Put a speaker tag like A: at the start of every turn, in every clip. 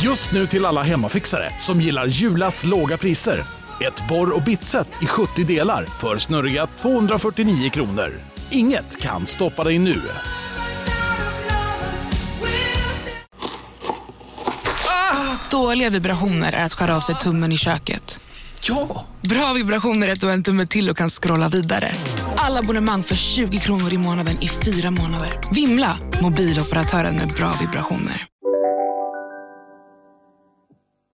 A: Just nu till alla hemmafixare som gillar Julas låga priser. Ett borr och bitset i 70 delar för snurriga 249 kronor. Inget kan stoppa dig nu.
B: Dåliga vibrationer är att skära av sig tummen i köket.
C: Ja!
B: Bra vibrationer är att du har en tumme till och kan scrolla vidare. Alla abonnemang för 20 kronor i månaden i fyra månader. Vimla! Mobiloperatören med bra vibrationer.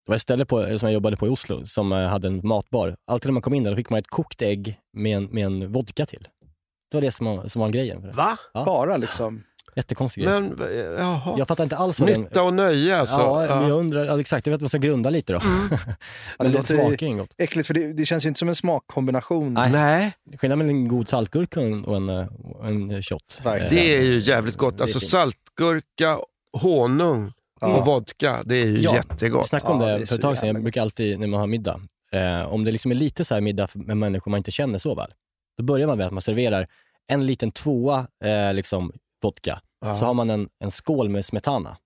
D: Det var ett ställe på, som jag jobbade på i Oslo som eh, hade en matbar. Alltid när man kom in där då fick man ett kokt ägg med en, med en vodka till. Det var det som var, som var grejen. För det.
C: Va?
D: Ja.
C: Bara liksom.
D: Jättekonstig grej.
C: Men, eh, jaha.
D: Jag fattar inte alls vad
C: Nytta
D: den...
C: och nöje alltså.
D: ja, men
C: Ja. Mm.
D: jag undrar, ja, exakt, jag vet att man ska grunda lite då.
E: Ja,
D: Men
E: det
D: det
E: låter-
D: smakar ju inget gott.
E: Äckligt, för det, det känns ju inte som en smakkombination.
D: Nej.
C: Nej,
D: Skillnaden mellan en god saltgurka och en, och en, eh, och en shot.
E: Verkligen.
D: Eh,
C: det är ju jävligt gott.
D: Det är
C: Alltså
D: fint.
C: saltgurka, honung
E: Ja.
C: och vodka, det är ju
D: Ja.
C: jättegott.
D: Vi snackade om
E: Ja, det är
D: det
E: så
D: för ett tag sedan.
E: jävla
D: Jag brukar alltid, när man har middag, eh, om det liksom är lite så här middag med människor man inte känner så väl, då börjar man med att man serverar en liten tvåa eh, liksom, vodka,
C: Ja.
D: så har man en, en skål med smetana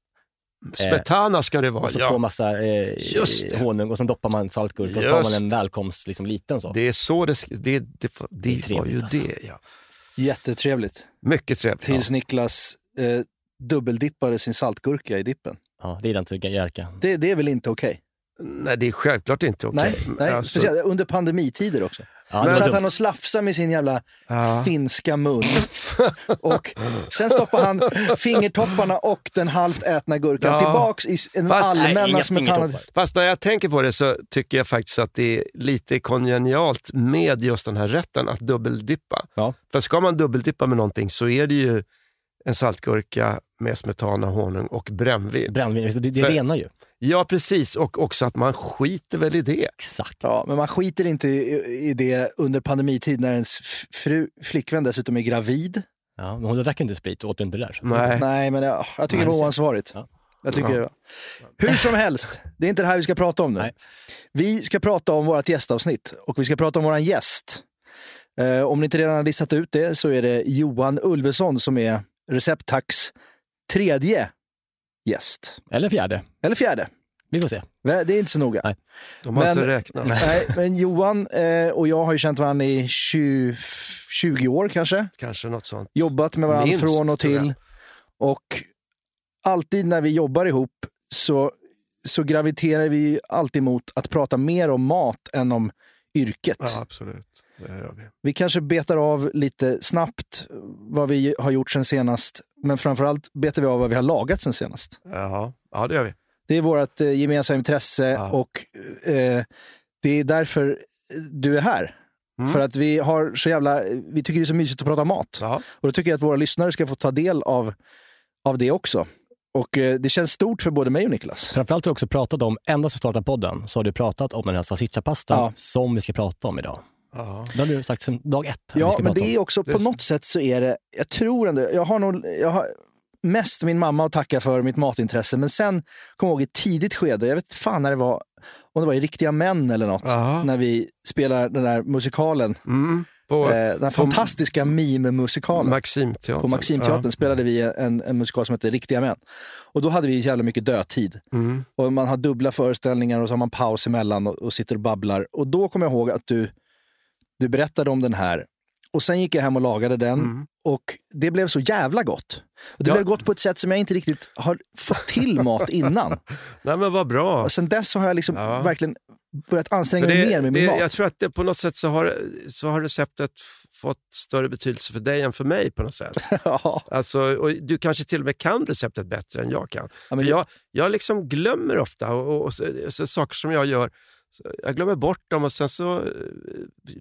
C: Smetana ska det vara,
D: eh, och så på
C: ja.
D: massa eh,
C: Just det.
D: honung och sen doppar man saltgurka och så tar
C: Just
D: man en
C: det.
D: välkomst, liksom liten så.
C: Det är så det, sk- det, det, det,
D: Det är
C: det var ju
D: trevligt, alltså.
C: det. Ja.
E: Jättetrevligt.
C: Mycket trevligt.
E: Tills Niklas eh, dubbeldippade sin saltgurka i dippen.
D: Ja, det är den typen av jerka.
E: Det, det är väl inte okej?
C: Nej, det är självklart inte okej.
E: Nej, nej.
C: Alltså,
E: speciellt under pandemitider också.
D: Ja,
E: Då
D: det var
E: satt
D: dumt.
E: han och slafsade med sin jävla
C: ja.
E: finska mun. Och sen stoppade han fingertopparna och den halvt ätna gurkan
C: Ja.
E: tillbaks i s- den
C: Fast, nej,
E: allmänna
D: inga
E: smetan.
D: fingertoppar.
C: Fast när jag tänker på det så tycker jag faktiskt att det är lite kongenialt med just den här rätten att dubbeldippa.
D: Ja.
C: För ska man dubbeldippa med någonting så är det ju en saltgurka med smetana, honung och brännvin.
D: Brännvin, visst, det, det
C: För-
D: renar ju.
C: Ja, precis. Och också att man skiter väl i det.
D: Exakt.
E: Ja, men man skiter inte i, i det under pandemitid när ens f- fru, flickvän dessutom är gravid.
D: Ja, men hon drack ju inte sprit och åt inte det där.
C: Nej.
E: Nej, men jag, jag tycker det
D: Nej,
E: var
D: det ser-
E: oansvarigt.
D: Ja.
E: Jag tycker det var- Hur som helst, det är inte det här vi ska prata om nu.
D: Nej.
E: Vi ska prata om vårt gästavsnitt och vi ska prata om vår gäst. Eh, om ni inte redan har listat ut det så är det Johan Ulveson som är Receptax tredje gäst.
D: Eller fjärde.
E: Eller fjärde.
D: Vi får se.
E: Nej, Det är inte så noga.
D: Nej.
C: De har
E: Men-
C: inte räknat.
E: Nej, men Johan eh, och jag har ju känt varandra i 20, 20 år kanske.
C: Kanske något sånt.
E: Jobbat med varandra
C: Minst,
E: från och
C: tror jag.
E: till. Och alltid när vi jobbar ihop så, så graviterar vi alltid mot att prata mer om mat än om yrket.
C: Ja, absolut. Det gör vi.
E: Vi kanske betar av lite snabbt vad vi har gjort sen senast. Men framförallt betar vi av vad vi har lagat sen senast.
C: Ja, ja det gör vi.
E: Det är vårt eh, gemensamma intresse
C: Ja.
E: och eh, det är därför du är här.
C: Mm.
E: För att vi har så jävla, vi tycker det är så mysigt att prata mat.
C: Ja.
E: Och då tycker jag att våra lyssnare ska få ta del av, av det också. Och eh, det känns stort för både mig och Niklas.
D: Framförallt har du också pratat om, ända sedan startade podden, så har du pratat om den här salsichapastan
E: Ja.
D: som vi ska prata om idag.
C: Ja.
D: Det har du sagt sedan dag ett. att vi
E: Ja,
D: ska
E: men
D: prata
E: det är också, på
C: Det-
E: något sätt så är det, jag tror ändå, jag har nog, jag har mest min mamma att tacka för mitt matintresse. Men sen, kom jag ihåg ett tidigt skede, jag vet fan när det var, om det var i Riktiga Män eller något,
C: Ja.
E: när vi spelar den där musikalen
C: Mm. På
E: Eh, den här fantastiska Mime-musikalen.
C: Maximteatern.
E: på Maximteatern spelade vi en, en musikal som heter Riktiga män. Och då hade vi jävla mycket dödtid.
C: Ja. Mm.
E: Och man har dubbla föreställningar och så har man paus emellan och, och sitter och babblar. Och då kommer jag ihåg att du, du berättade om den här. Och sen gick jag hem och lagade den.
C: Mm.
E: Och det blev så jävla gott. Och det
C: Ja.
E: blev gott på ett sätt som jag inte riktigt har fått till mat innan.
C: Nej, men vad bra.
E: Och sen dess har jag liksom
C: Ja.
E: verkligen börjat anstränga
C: För det-
E: mig mer med min
C: det,
E: mat.
C: Jag tror att det, på något sätt så har, så har receptet f- fått större betydelse för dig än för mig på något sätt.
E: ja.
C: Alltså, och du kanske till och med kan receptet bättre än jag kan.
E: Ja, men
C: Men jag, jag liksom glömmer ofta och, och, och så, så, saker som jag gör. så Jag glömmer bort dem och sen så eh,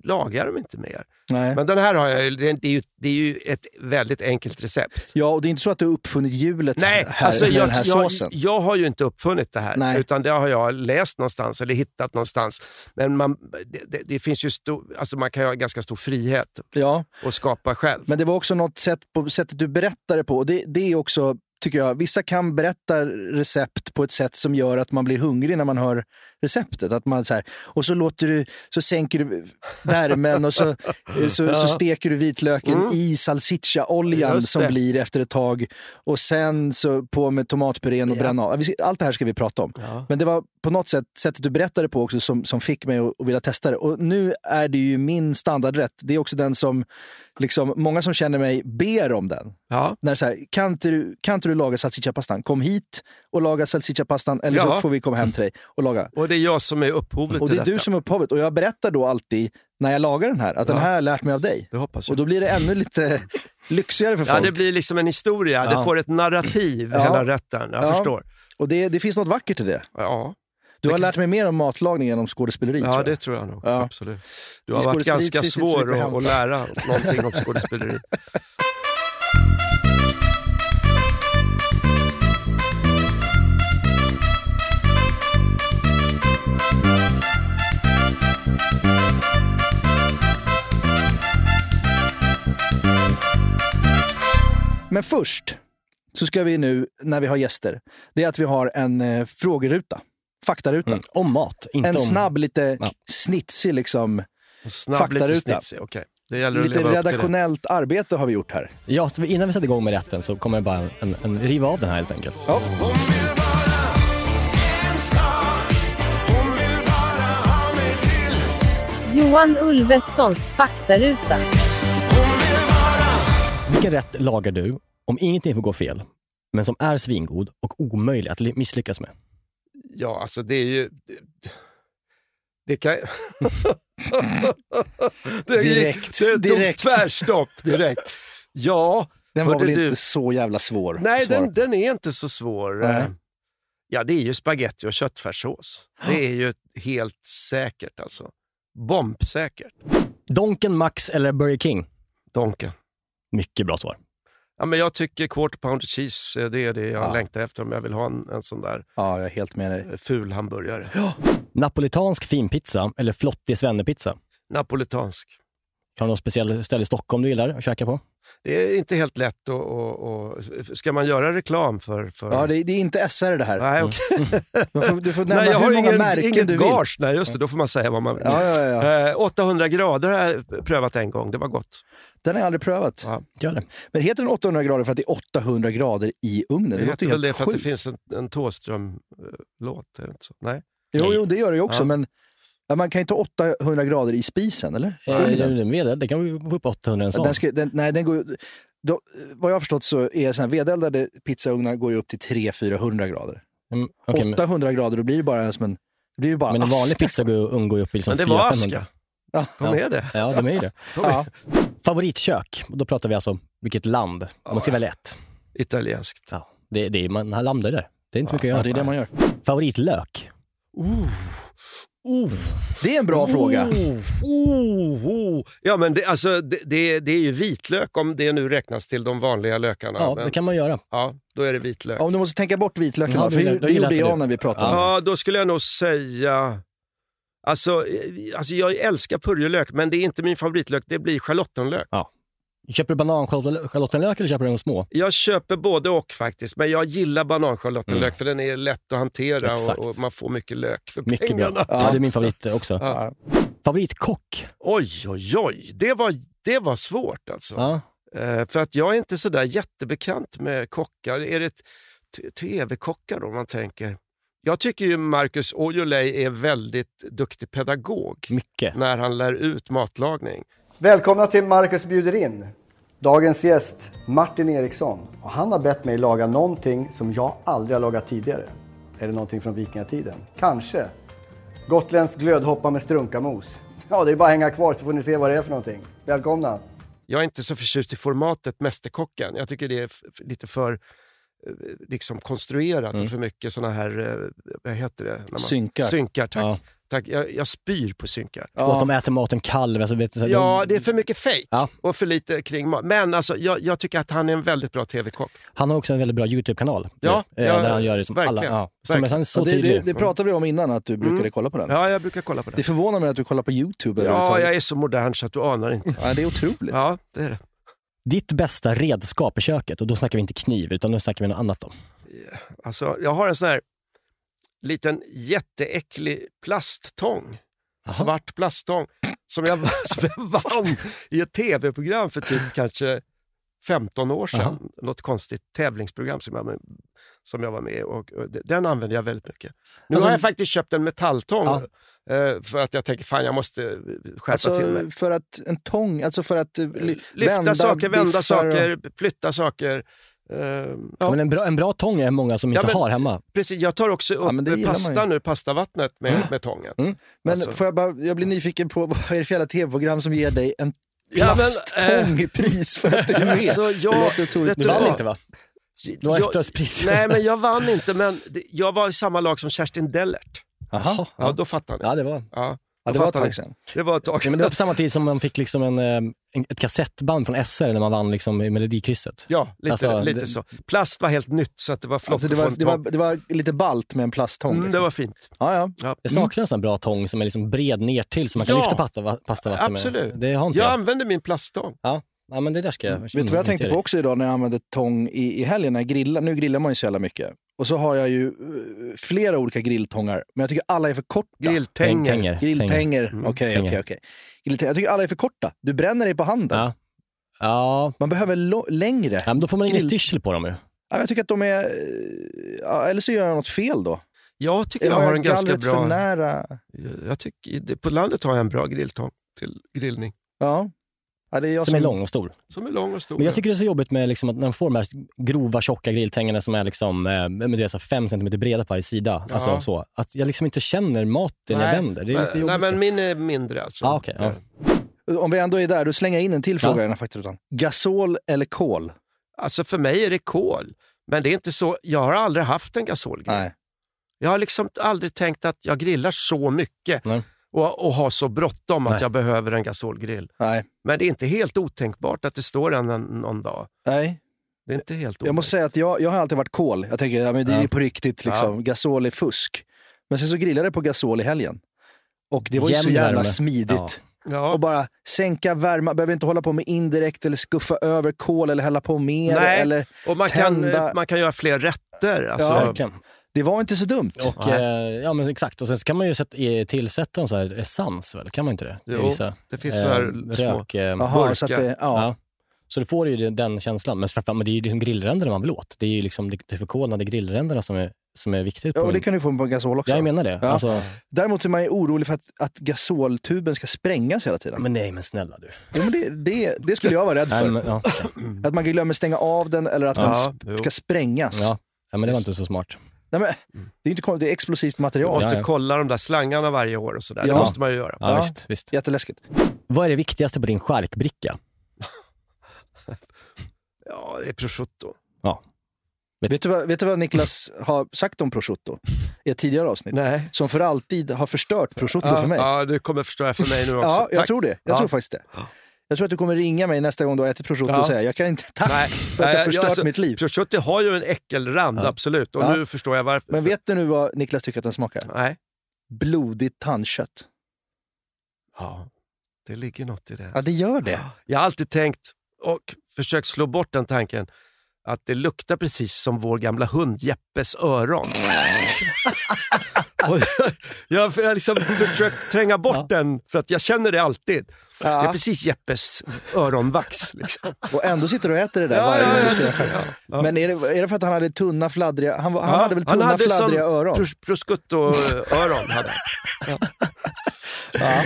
C: lagar jag dem inte mer.
E: nej.
C: Men den här har jag ju, det, det är ju, det är ju ett väldigt enkelt recept.
E: Ja, och det är inte så att du har uppfunnit hjulet
C: Nej,
E: här
C: alltså
E: med
C: jag,
E: den här
C: jag,
E: såsen.
C: jag har ju inte uppfunnit det här,
E: Nej.
C: utan det har jag läst någonstans eller hittat någonstans. Men man, det, det, det finns ju stor, alltså man kan ju ha ganska stor frihet
E: Ja,
C: och skapa själv.
E: men det var också något sätt på sättet du berättar det på. Och Det, det är också, tycker jag, vissa kan berätta recept på ett sätt som gör att man blir hungrig när man hör receptet. Att man så här, och så, låter du, så sänker du värmen och så, eh, så, så steker du vitlöken i salsiccia-oljan
C: Mm. Just
E: som
C: det.
E: blir efter ett tag. Och sen så på med tomatpurén och
C: Ja.
E: bränna av. Vi ska- Allt det här ska vi prata om.
C: Ja.
E: Men det var på något sätt sättet du berättade på också som, som fick mig att, att vilja testa det. Och nu är det ju min standardrätt. Det är också den som liksom, många som känner mig ber om den.
C: Ja.
E: När så här, kan, inte du, kan inte du laga salsicciapastan? Kom hit och laga salsicciapastan eller så
C: Ja.
E: får vi komma hem till dig och laga.
C: Och det är jag som är upphovet
E: Och det
C: till
E: är du
C: detta.
E: som är upphovet. Och jag berättar då alltid när jag lagar den här att den
C: Ja.
E: här har jag lärt mig av dig.
C: Det hoppas jag.
E: Och då blir det ännu lite lyxigare för folk.
C: Ja, det blir liksom en historia.
E: Ja.
C: Det får ett narrativ,
E: Ja.
C: hela rätten. Jag
E: Ja.
C: förstår.
E: Och det, det finns något vackert i det.
C: Ja,
E: Du har lärt mig mer om matlagning än om skådespeleri. tror
C: ja
E: jag.
C: det tror jag nog.
E: Ja.
C: Absolut. Du
E: I
C: har varit
E: skådespeleri
C: ganska
E: finns det inte så
C: svår
E: mycket
C: att,
E: att
C: att lära någonting om skådespeleri.
E: Men först så ska vi nu, när vi har gäster, det är att vi har en eh, frågeruta. Faktaruta.
D: Mm. Om mat, inte
E: En
D: om...
E: snabb, lite
D: Ja.
E: snitsig, liksom.
C: Snabb
E: Faktaruta.
C: lite snitsig. Okej. Det gäller att
E: lite
C: leva upp till det.
E: redaktionellt arbete har vi gjort här.
D: Ja, så innan vi sätter igång med rätten så kommer jag bara en, en riva av den här helt enkelt.
E: Ja.
F: Johan Ulvessons faktaruta.
D: Vilken rätt lagar du om ingenting får gå fel, men som är svingod och omöjlig att li- misslyckas med?
C: Ja, alltså det är ju... Det kan... det gick-
E: Direkt,
C: Det tog
E: direkt.
C: tvärstopp direkt. Ja,
E: Den var
C: Hörde
E: väl
C: du-
E: inte så jävla svår
C: nej
E: att svara
C: den,
E: på.
C: den är inte så svår. Eh,
E: Nej.
C: Ja, det är ju spaghetti och köttfärssås. Det är ju helt säkert alltså. Bombsäkert.
D: Donken, Max eller Burger King?
C: Donken.
D: Mycket bra svar.
C: Ja, men jag tycker quarter pounder cheese, eh, det är det jag
E: Ja.
C: längtar efter om jag vill ha en, en sån där
E: Ja, jag är helt med dig.
C: eh, ful hamburgare.
D: Napolitansk finpizza eller flottig svennepizza?
C: Napolitansk.
D: Har du något speciellt ställe i Stockholm du gillar att käka på?
C: Det är inte helt lätt att... Och, och, ska man göra reklam för... för...
E: Ja, det, det är inte SR det här.
C: Nej, okej.
E: Du får, du får nämna
C: Nej, jag har
E: hur många
C: ingen,
E: märken
C: inget
E: du vill.
C: gage. Nej, just det. Då får man säga vad man vill.
E: Ja, ja, ja.
C: Eh, 800 grader har jag prövat en gång. Det var gott.
E: Den har jag aldrig prövat.
C: Ja,
D: Gör det.
E: Men heter den 800 grader för att det är 800 grader i ugnen? Det,
C: Det
E: låter
C: heter
E: helt
C: väl det för att det
E: sjukt.
C: finns en, en Thåström-låt? Är det inte så? Nej.
E: Jo, jo, det gör det ju också,
C: Ja.
E: men ja, man kan ju ta 800 grader i spisen, eller?
D: Nej, det, det, med det. det kan vi få upp 800 en sån.
E: Den ska, den, nej, den går, ju- då, vad jag har förstått så är såna här vedeldade pizzaugnar går ju upp till 300-400 grader.
D: Mm, okej, men,
E: 800 grader, då blir det bara en som en... Det blir ju bara
D: men en vanlig
E: aska.
D: pizza går ju umgår ju upp i liksom
C: Men det
D: 400-500.
C: var aska.
E: Ja.
C: De är det.
D: Ja, de är ju det.
C: De är
E: Ja.
D: Favoritkök, och då pratar vi alltså vilket land. Man ska välja ett.
C: italienskt.
D: Ja, det, det, är- man han landar där. Det är inte mycket att göra.
E: ja, det är det man gör.
D: Favoritlök?
C: Oh. Oh.
E: Det är en bra fråga.
C: Oh. Oh. Oh. Ja, men det, alltså, det, det, det är ju vitlök om det nu räknas till de vanliga lökarna.
D: Ja,
C: men,
D: det kan man göra.
C: ja då är det vitlök.
E: Om du måste tänka bort vitlöken,
D: Ja,
E: va?
D: du
E: för det,
D: gillar-
E: det
D: du gillar
E: gjorde
D: inte
E: jag
D: det.
E: när vi pratade om det.
C: Ja, då skulle jag nog säga... Alltså, eh, alltså jag älskar purjolök, men det är inte min favoritlök. Det blir schalottenlök.
D: Köper du bananschalottenlök eller köper du de små?
C: Jag köper både och faktiskt, men jag gillar bananschalottenlök för den är lätt att hantera
D: Mm. Exakt.
C: och, och man får mycket lök för
D: Mycket bra.
C: pengarna.
D: Ja. det är min favorit också.
C: Ja.
D: Favoritkock?
C: Oj, oj, oj. Det var, det var svårt alltså.
D: Ja.
C: Eh, för att jag är inte sådär jättebekant med kockar. Är det t- tv-kockar då man tänker? Jag tycker ju Marcus Aujalay är väldigt duktig pedagog
D: Mycket.
C: när han lär ut matlagning.
G: Välkomna till Marcus bjuder in. Dagens gäst, Martin Eriksson. Och han har bett mig laga någonting som jag aldrig har lagat tidigare. Är det någonting från vikingatiden? Kanske. Gotländsk glödhoppa med strunkamos. Ja, det är bara att hänga kvar så får ni se vad det är för någonting. Välkomna!
C: Jag är inte så förtjust i formatet Mästerkocken. Jag tycker det är f- f- lite för eh, liksom konstruerat och för mycket såna här, eh, vad heter det? När man-
E: Synkar.
C: Synkar, tack.
D: Ja.
C: tack. Jag, jag spyr på synkar.
D: Och att de äter maten kall. Alltså, vet, du, så här,
C: Ja,
D: de,
C: det är för mycket fake
D: Ja.
C: och för lite kring mat. Men alltså, jag, jag tycker att han är en väldigt bra tv-kock.
D: Han har också en väldigt bra YouTube-kanal.
C: Ja,
D: eh,
C: ja,
D: där han gör det som alla.
C: verkligen.
D: Ja, som,
C: Verkligen.
D: han är så
E: Ja, det, det,
D: tydlig.
E: det pratade vi om innan, att du brukade kolla på den.
C: Ja, jag brukar kolla på
E: Det
C: det.
E: förvånar mig att du kollar på YouTube
C: Ja,
E: överhuvudtaget.
C: jag är så modern så att du anar inte.
E: Ja, det är otroligt.
C: Ja, det är det.
D: Ditt bästa redskap i köket, och då snackar vi inte kniv, utan då snackar vi något annat. Då.
C: Alltså, jag har en sån här liten jätteäcklig plasttång.
D: Jaha.
C: Svart plasttång. Som jag, som jag vann i ett tv-program för typ kanske 15 år sedan.
D: Jaha.
C: Något konstigt tävlingsprogram som jag, som jag var med i. och, och det- Den använder jag väldigt mycket. Nu
D: Alltså-
C: har jag faktiskt köpt en metalltång. eh, För att jag tänker, fan jag måste eh, skärpa till mig.
E: Alltså för att en tång, alltså för att eh, ly-
C: Lyfta saker, vända
E: biffar och-
C: saker, flytta saker. Eh, ja.
D: Men en bra, en bra tång är många som
C: Ja,
D: inte
C: men-
D: har hemma.
C: Precis, jag tar också upp
E: men det gillar
C: pasta
E: man Mm.
C: nu, pastavattnet med, med tången.
E: Men
C: Alltså.
E: får jag bara, jag blir nyfiken på, vad är det för jävla tv-program som ger dig en
C: Ja, men, eh,
E: plasttång i pris för att du är med?
C: Alltså, jag,
E: låter otroligt
C: vet
D: Du
E: Du
D: vann
E: var-
D: inte va? Det var
C: jag-
D: efterhöstpris.
C: Nej, men jag vann inte, men det- jag var i samma lag som Kerstin Dellert.
E: Jaha.
C: Ja, då fattar ni.
D: Ja, det var.
C: Ja,
E: Ja,
C: då
E: det var ett
C: fattar ni.
E: tag sedan.
C: Det var ett tag
D: Ja, men det var på samma tid som man fick liksom en, eh, en, ett kassettband från SR när man vann liksom i Melodikrysset.
C: Ja, lite,
D: Alltså,
C: lite
D: det-
C: så. Plast var helt nytt, så att det var flott
E: Alltså, det,
C: att
E: var,
C: få en
E: det, var,
C: tång.
E: det var lite balt med en plasttång.
C: Mm, det
E: liksom.
C: var fint.
E: ja, ja.
C: Ja.
D: Jag saknar en sån här bra tång som är liksom bred ner till så man kan
C: Ja,
D: lyfta pasta, pastavatten
C: absolut.
D: med. Det har inte
C: Jag
D: jag.
C: använde min plasttång.
D: Ja, men det där ska jag
E: Vet du vad jag tänkte på
C: Mm.
E: också idag när jag använde tång i, i helgen? När jag grillar, nu grillar man ju så jävla mycket. Och så har jag ju eh, flera olika grilltångar, men jag tycker alla är för korta.
C: Grilltänger.
D: Tänger. Tänger.
E: Grilltänger.
C: Mm.
E: Okej,
D: Tänger.
E: okej, okej. Grilltänger. Jag tycker alla är för korta. Du bränner dig på handen.
D: Ja. Ja.
E: Man behöver lo- längre.
D: ja, men då får man ingen
E: Grill-
D: styrsel på dem ju.
E: Ja, Jag tycker att de är... eh, ja, Eller så gör jag något fel då.
C: Jag tycker jag har en ganska
E: gallret för
C: bra...
E: nära?
C: Jag tycker, på landet har jag en bra grilltång till grillning.
E: Ja. ja det är jag
D: Som är lång och stor.
C: Som är lång och stor.
D: Men jag tycker det är så jobbigt med liksom att när man får de här grova, tjocka grilltängerna som är liksom, eh, men det är så här fem centimeter breda på varje sida.
C: Ja.
D: Alltså, så, att jag liksom inte känner maten när jag
C: Nej,
D: vänder. Det är lite
C: Eh, Nej,
D: jobbigt.
C: men min är mindre alltså.
D: Ah, okej, ja.
E: Om vi ändå är där, då slänger jag in en till fråga i den här faktarutan. Gasol eller kol?
C: Alltså för mig är det kol. Men det är inte så, jag har aldrig haft en gasolgrill.
E: Nej.
C: Jag har liksom aldrig tänkt att jag grillar så mycket
D: Nej.
C: och, och har så bråttom att
D: Nej.
C: jag behöver en gasolgrill.
E: Nej.
C: Men det är inte helt otänkbart att det står en en- någon dag.
E: Nej.
C: Det är inte helt
E: Jag måste säga att jag, jag har alltid varit kol. Jag tänker, ja, men det är
D: Ja.
E: ju på riktigt. Liksom. Gasol är fusk. Men sen så grillade jag på gasol i helgen. Och det var ju så
D: Jämn
E: jävla
D: värme.
E: smidigt.
C: Ja.
E: Och bara sänka värma. Behöver inte hålla på med indirekt eller skuffa över kol eller hälla på mer.
C: Nej.
E: Eller,
C: Och man kan, eh,
E: tända-
C: man kan göra fler rätter. Alltså,
E: Ja,
D: Verkligen.
E: det var inte så dumt.
D: Och, eh, ja, men exakt. Och sen så kan man ju sätta, eh, tillsätta en sån här essens, väl? Kan man inte det? I
C: Jo,
D: vissa,
C: Det finns så här små...
D: rök, eh, ja.
E: Jaha, så att
C: burkar.
E: det, ja.
D: Så du får ju det- den känslan. Men framförallt, men det är ju liksom grillränderna man vill åt. Det är ju liksom det, det förkolnade grillränderna som är, som är viktigt.
E: ja.
D: på
E: Och det
D: en-
E: kan du få på gasol också.
D: Ja, jag menar det.
E: Ja.
D: Alltså,
E: Däremot är man ju orolig för att, att gasoltuben ska sprängas hela tiden.
D: men nej, men snälla du.
E: Jo, men det, det, det skulle jag vara rädd
D: Nej,
E: för.
D: men, ja, okej.
E: Att man glömmer stänga av den eller att den
C: Ja,
E: sp-
C: jo.
E: ska sprängas.
D: ja. ja, men det var inte så smart.
E: Nej, men, det är inte konstigt, det är explosivt
C: Du
E: material.
C: måste
D: Ja, ja.
C: kolla de där slangarna varje år och sådär. Det
E: Ja.
C: måste man ju göra.
D: Ja,
E: Ja.
D: Visst, visst.
E: Jätteläskigt.
D: Vad är det viktigaste på din charkbricka?
C: Ja, det är prosciutto.
E: Vet du, vad, vet du vad Niklas har sagt om prosciutto i ett tidigare avsnitt?
C: Nej.
E: Som för alltid har förstört prosciutto
C: Ja,
E: för mig.
C: ja, du kommer förstöra för mig nu också.
E: ja, jag
C: Tack.
E: tror det. Jag
C: Ja.
E: tror faktiskt det. Jag tror att du kommer ringa mig nästa gång du har ätit prosciutto
C: Ja.
E: och säga jag kan inte, tack
C: Nej,
E: för att du har
C: nej,
E: förstört
C: alltså,
E: mitt liv.
C: Prosciutto har ju en äckelrand,
D: Ja.
C: absolut. Och
E: Ja.
C: nu förstår jag varför.
E: Men vet du nu vad Niklas tycker att den smakar?
C: Nej.
E: Blodigt tandkött.
C: Ja, det ligger något i det.
E: Ja, det gör det.
C: Jag har alltid tänkt och försökt slå bort den tanken att det luktar precis som vår gamla hund Jeppes öron. och jag- jag har liksom försökt tränga bort den, för att jag känner det alltid. Det är
E: Ja.
C: precis Jeppes öronvax. Liksom.
E: Och ändå sitter du och äter det där varje gång du ska göra själv. Men är det, är det för att han hade tunna fladdriga, han, var- han hade väl tunna fladdriga öron?
C: Prosciutto-öron eh, hade han.
E: Ja.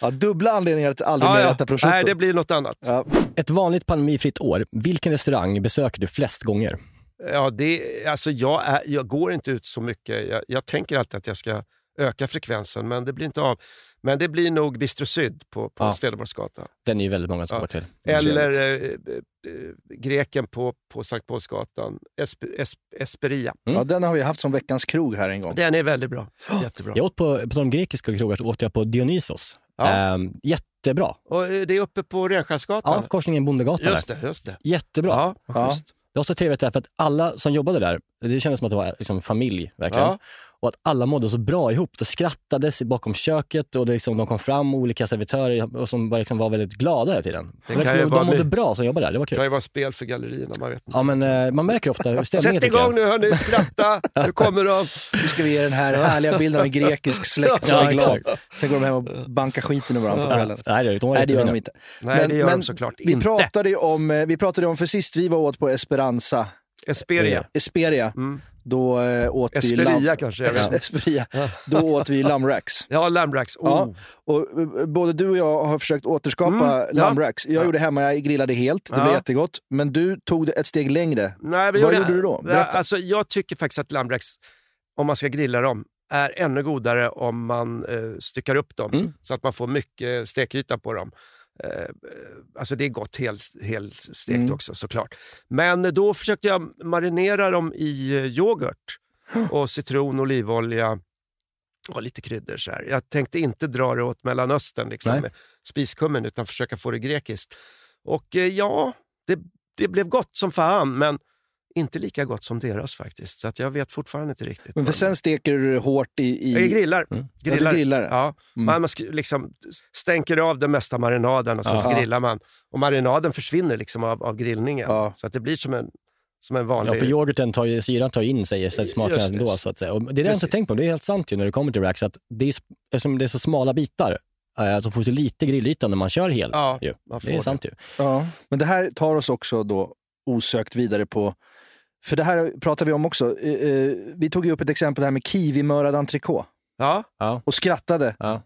E: Ja, dubbla anledningar att aldrig
C: Ja,
E: mer
C: ja.
E: äta prosciutto.
C: Nej, det blir något annat.
E: ja.
D: Ett vanligt pandemifritt år, vilken restaurang besöker du flest gånger?
C: Ja, det, alltså jag, är, jag går inte ut så mycket. Jag, jag tänker alltid att jag ska öka frekvensen, men det blir inte av. Men det blir nog Bistro Syd på, på
D: Ja.
C: Svedeborgsgatan.
D: Den är ju väldigt många som
C: Ja.
D: går till.
C: Eller eh, eh, eh, Greken på, på Sankt Paulsgatan. Esp, esp, Esperia.
E: Ja, den har vi haft som veckans krog här en gång.
C: Den är väldigt bra. Jättebra.
D: Jag åt på, på de grekiska krogar så åt jag på Dionysos.
C: Ja.
D: Ehm, jättebra.
C: Och eh, det är uppe på
D: Ja,
C: Renstjärnsgatan.
D: korsningen Bondegatan.
C: just
D: där.
C: det, just det.
D: Jättebra.
C: Ja,
E: Ja.
C: just.
D: Det var så trevligt där, för att alla som jobbade där Det kändes som att det var liksom, familj, verkligen.
C: Ja.
D: Och att alla mådde så bra ihop. Det skrattades bakom köket och det, liksom, de kom fram, olika servitörer och som bara, liksom, var väldigt glada hela tiden. Och
C: kan
D: liksom,
C: ju vara
D: de mådde
C: my-
D: bra som jobbade där, det var
C: Det
D: kul.
C: kan ju vara spel för gallerierna, man vet inte.
D: Ja, men, eh, man märker ofta stämningen
C: Sätt
D: tycker
C: igång
D: jag.
C: nu hörni, skratta! Nu kommer de.
E: Nu ska vi ge den här härliga bilden av en grekisk släkt som
D: Ja,
E: är glad.
D: exakt.
E: Sen går de hem och bankar skiten ur varandra på
D: Ja,
E: kvällen.
D: nej, de var
E: Nej, det gör de
D: jättefina.
E: inte.
C: Nej, det gör de såklart
E: vi
C: inte.
E: Pratade ju om, eh, vi pratade om, för sist vi var åt på Esperanza,
C: Esperia.
E: Esperia, då eh, åt vi...
C: Mm. Esperia kanske, jag vet inte.
E: Esperia. Då åt vi lammracks.
C: Ja, Lambrax. Oh.
E: Ja, och eh, både du och jag har försökt återskapa
C: Mm, ja.
E: lammracks. Jag
C: Ja.
E: gjorde hemma, jag grillade helt, det
C: Ja.
E: blev jättegott. Men du tog det ett steg längre.
C: Nej, men
E: Vad
C: jag,
E: gjorde du då?
C: Ja,
E: Berätta.
C: alltså, jag tycker faktiskt att lammräcks, om man ska grilla dem, är ännu godare om man eh, styckar upp dem
D: Mm.
C: så att man får mycket stekyta på dem. Eh, eh, alltså det är gott helt, helt stekt
E: Mm.
C: också såklart. Men då försökte jag marinera dem i eh, yoghurt och citron, olivolja och lite kryddor. Så här. Jag tänkte inte dra det åt Mellanöstern liksom,
D: Nej.
C: med spiskummen utan försöka få det grekiskt. Och eh, ja, det, det blev gott som fan, men inte lika gott som deras faktiskt. Så att jag vet fortfarande inte riktigt.
E: Men för
C: vad-
E: sen steker du det hårt i... i...
C: jag grillar.
D: Mm.
E: Ja, du
C: grillar.
E: grillar det.
C: Ja,
E: Mm.
C: man, man sk- liksom stänker av den mesta marinaden och sen så
E: Ja.
C: grillar man. Och marinaden försvinner liksom av, av grillningen.
E: Ja.
C: Så att det blir som en, som en
D: Ja,
C: vanlig...
D: för yoghurten tar ju, syran tar ju in sig så att smaken
C: Just det.
D: ändå. Så att säga. Och det är det jag inte
C: Precis.
D: tänkt på, det är helt sant ju när det kommer till racks, att det är, s- eftersom det är så smala bitar eh, så får du så lite grillyta när man kör hel.
C: Ja,
D: ju.
C: man får
D: Det är sant ju.
E: Ja. Men det här tar oss också då osökt vidare på... För det här pratar vi om också. Eh, eh, Vi tog ju upp ett exempel här med kiwimörad entrecote
C: Ja,
E: och skrattade
D: Ja.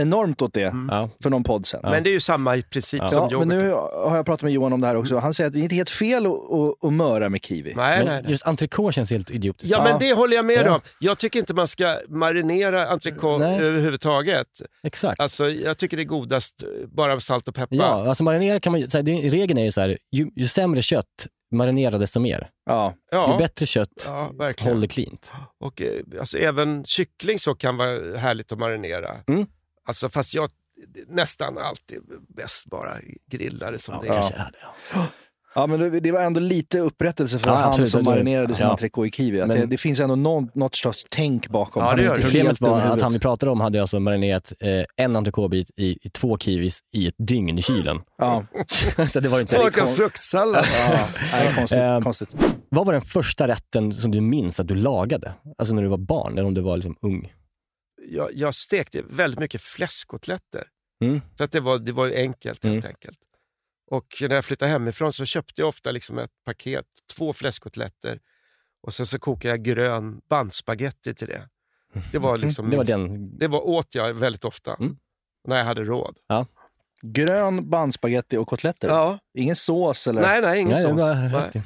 E: enormt åt det
C: Mm.
D: Ja.
E: för någon podd sen.
C: men det är ju samma i princip
D: Ja.
C: som
E: Ja,
C: yoghurt.
E: men nu har jag pratat med Johan om det här också. Han säger att det är inte helt fel att, att, att möra med kiwi.
C: Nej,
D: Men
C: nej, nej.
D: just entrecote känns helt idiotiskt.
C: Ja,
E: Ja.
C: men det håller jag med
D: Ja.
C: om. Jag tycker inte man ska marinera entrecote
D: Nej.
C: överhuvudtaget.
D: Exakt.
C: Alltså, jag tycker det är godast eh, bara med salt och peppar.
D: Ja, alltså marinera kan man ju, så här, det, regeln är ju så här, ju, ju sämre kött, marinera desto mer.
E: Ja.
D: Ju
C: ja.
D: bättre kött,
C: Ja, verkligen.
D: håll det cleant.
C: Och, eh, alltså, även kyckling så kan vara härligt att marinera.
D: Mm.
C: Alltså, fast jag nästan alltid bäst bara grillar det som
D: Ja,
C: det är.
D: kanske är det. ja.
E: Ja, men det, det var ändå lite upprättelse för
D: Ja,
E: han
D: absolut.
E: som
D: Det-
E: marinerade sin
D: ja.
E: entrecote i kiwi. Att
D: Men-
E: det, det finns ändå någon, något slags tänk bakom.
C: Ja,
E: han
C: det
E: är
C: gör
E: inte helt
C: det.
D: Problemet var
E: dum i
D: att han vi
E: huvudet.
D: pratade om hade alltså marinerat eh, en entrecôte-bit i, i två kiwis i ett dygn i kylen.
E: Ja,
D: så det var inte
C: Smaka fruktsallad.
E: ja. Nej,
D: Ehm.
E: konstigt. konstigt.
D: Vad var den första rätten som du minns att du lagade? Alltså när du var barn, eller om du var liksom ung?
C: jag, jag stekte väldigt mycket fläskkotletter.
D: Mm.
C: För att det var, det var ju enkelt helt
D: Mm.
C: enkelt. Och när jag flyttade hemifrån så köpte jag ofta liksom ett paket, två fläskkotletter och sen så kokade jag grön bandspagetti till det. Det var liksom
D: Det var
C: min-
D: den.
C: det var åt jag väldigt ofta.
D: Mm.
C: När jag hade råd.
E: Grön bandspagetti och kotletter.
C: Ja.
E: Ingen sås eller?
C: Nej, nej, ingen
D: Nej, Eh, det
C: sås.
D: var
C: Nej.
D: rätt.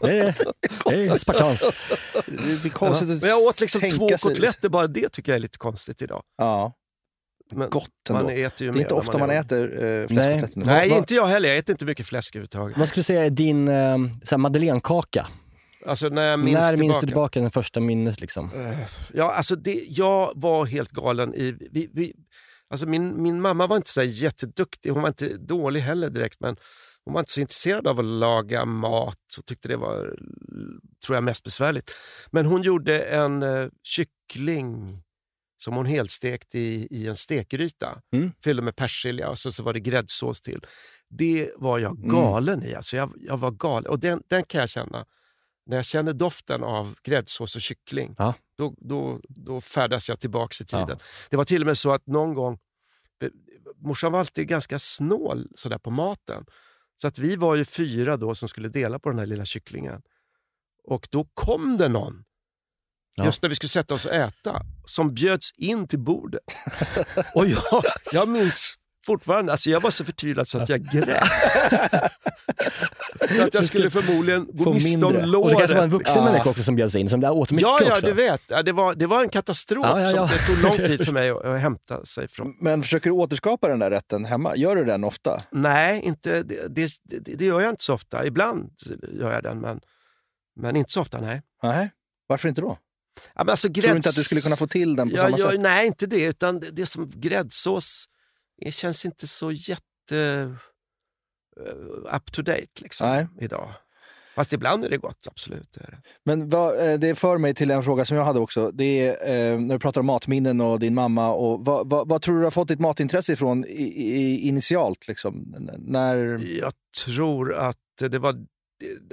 D: Det är, det är spartanskt.
E: Det är
C: Ja.
E: konstigt att
C: Men jag åt liksom
E: tänka
C: två
E: sig-
C: kotletter, bara det tycker jag är lite konstigt idag.
E: Ja,
C: Men
E: gott ändå.
C: man äter ju
E: det är
C: mer
E: inte
C: när
E: ofta man
C: är ung.
E: äter eh, fläskkotletter nu.
C: Nej,
E: Va-
C: inte jag heller. Jag äter inte mycket fläsk överhuvudtaget.
D: Vad skulle du säga är din eh, så här madeleinekaka?
C: Alltså när jag
D: När
C: minns
D: minns
C: tillbaka. Eh,
D: du tillbaka den första minnet? Liksom?
C: Ja, alltså det, jag var helt galen i... Vi, vi, alltså min, min mamma var inte så här jätteduktig, hon var inte dålig heller direkt, men hon var inte så intresserad av att laga mat och tyckte det var, tror jag, mest besvärligt. Men hon gjorde en eh, kyckling som hon helstekte i, i en stekgryta.
D: Mm.
C: Fyllde med persilja och sen så var det gräddsås till. Det var jag
D: Mm.
C: galen i. Alltså jag, jag var galen. Och den, den kan jag känna. När jag känner doften av gräddsås och kyckling,
D: Ja.
C: då, då, då färdas jag tillbaka i
D: Ja.
C: tiden. Det var till och med så att någon gång, eh, morsan var alltid ganska snål sådär på maten. Så att vi var ju fyra då som skulle dela på den här lilla kycklingen. Och då kom det någon,
D: Ja.
C: just när vi skulle sätta oss och äta, som bjöds in till bordet. och jag, jag minns fortfarande, alltså jag var så förtvivlad så att jag grät. så att jag skulle förmodligen gå
E: Få
C: miste om
E: mindre. Och
D: Och
C: låret.
D: det
C: Ah.
D: kanske var en vuxen
E: Ja.
D: människa också som bjöds in, som där åt mycket
C: Ja, ja
D: också.
C: du vet. Ja, det, var, det var en katastrof.
D: Ja, ja, ja.
C: Som, det tog lång tid för mig att, att hämta sig från.
E: Men försöker du återskapa den där rätten hemma? Gör du den ofta?
C: Nej, inte, det, det, det det gör jag inte så ofta. Ibland gör jag den, men, men inte så ofta. Nej.
E: Nej. Varför inte då?
C: Ja, men alltså,
E: Tror du inte att du skulle kunna få till den på
C: ja,
E: samma
C: ja,
E: sätt?
C: Nej, inte det. Utan det, det som gräddsås det känns inte så jätte eh, up to date liksom,
E: Nej.
C: idag. Fast ibland är det gott, absolut. Det är det.
E: Men vad, eh, det för mig till en fråga som jag hade också. Det är, eh, när du pratar om matminnen och din mamma. Och vad, vad, vad tror du du har fått ditt matintresse ifrån i, i, initialt? Liksom? N- När...
C: Jag tror att det var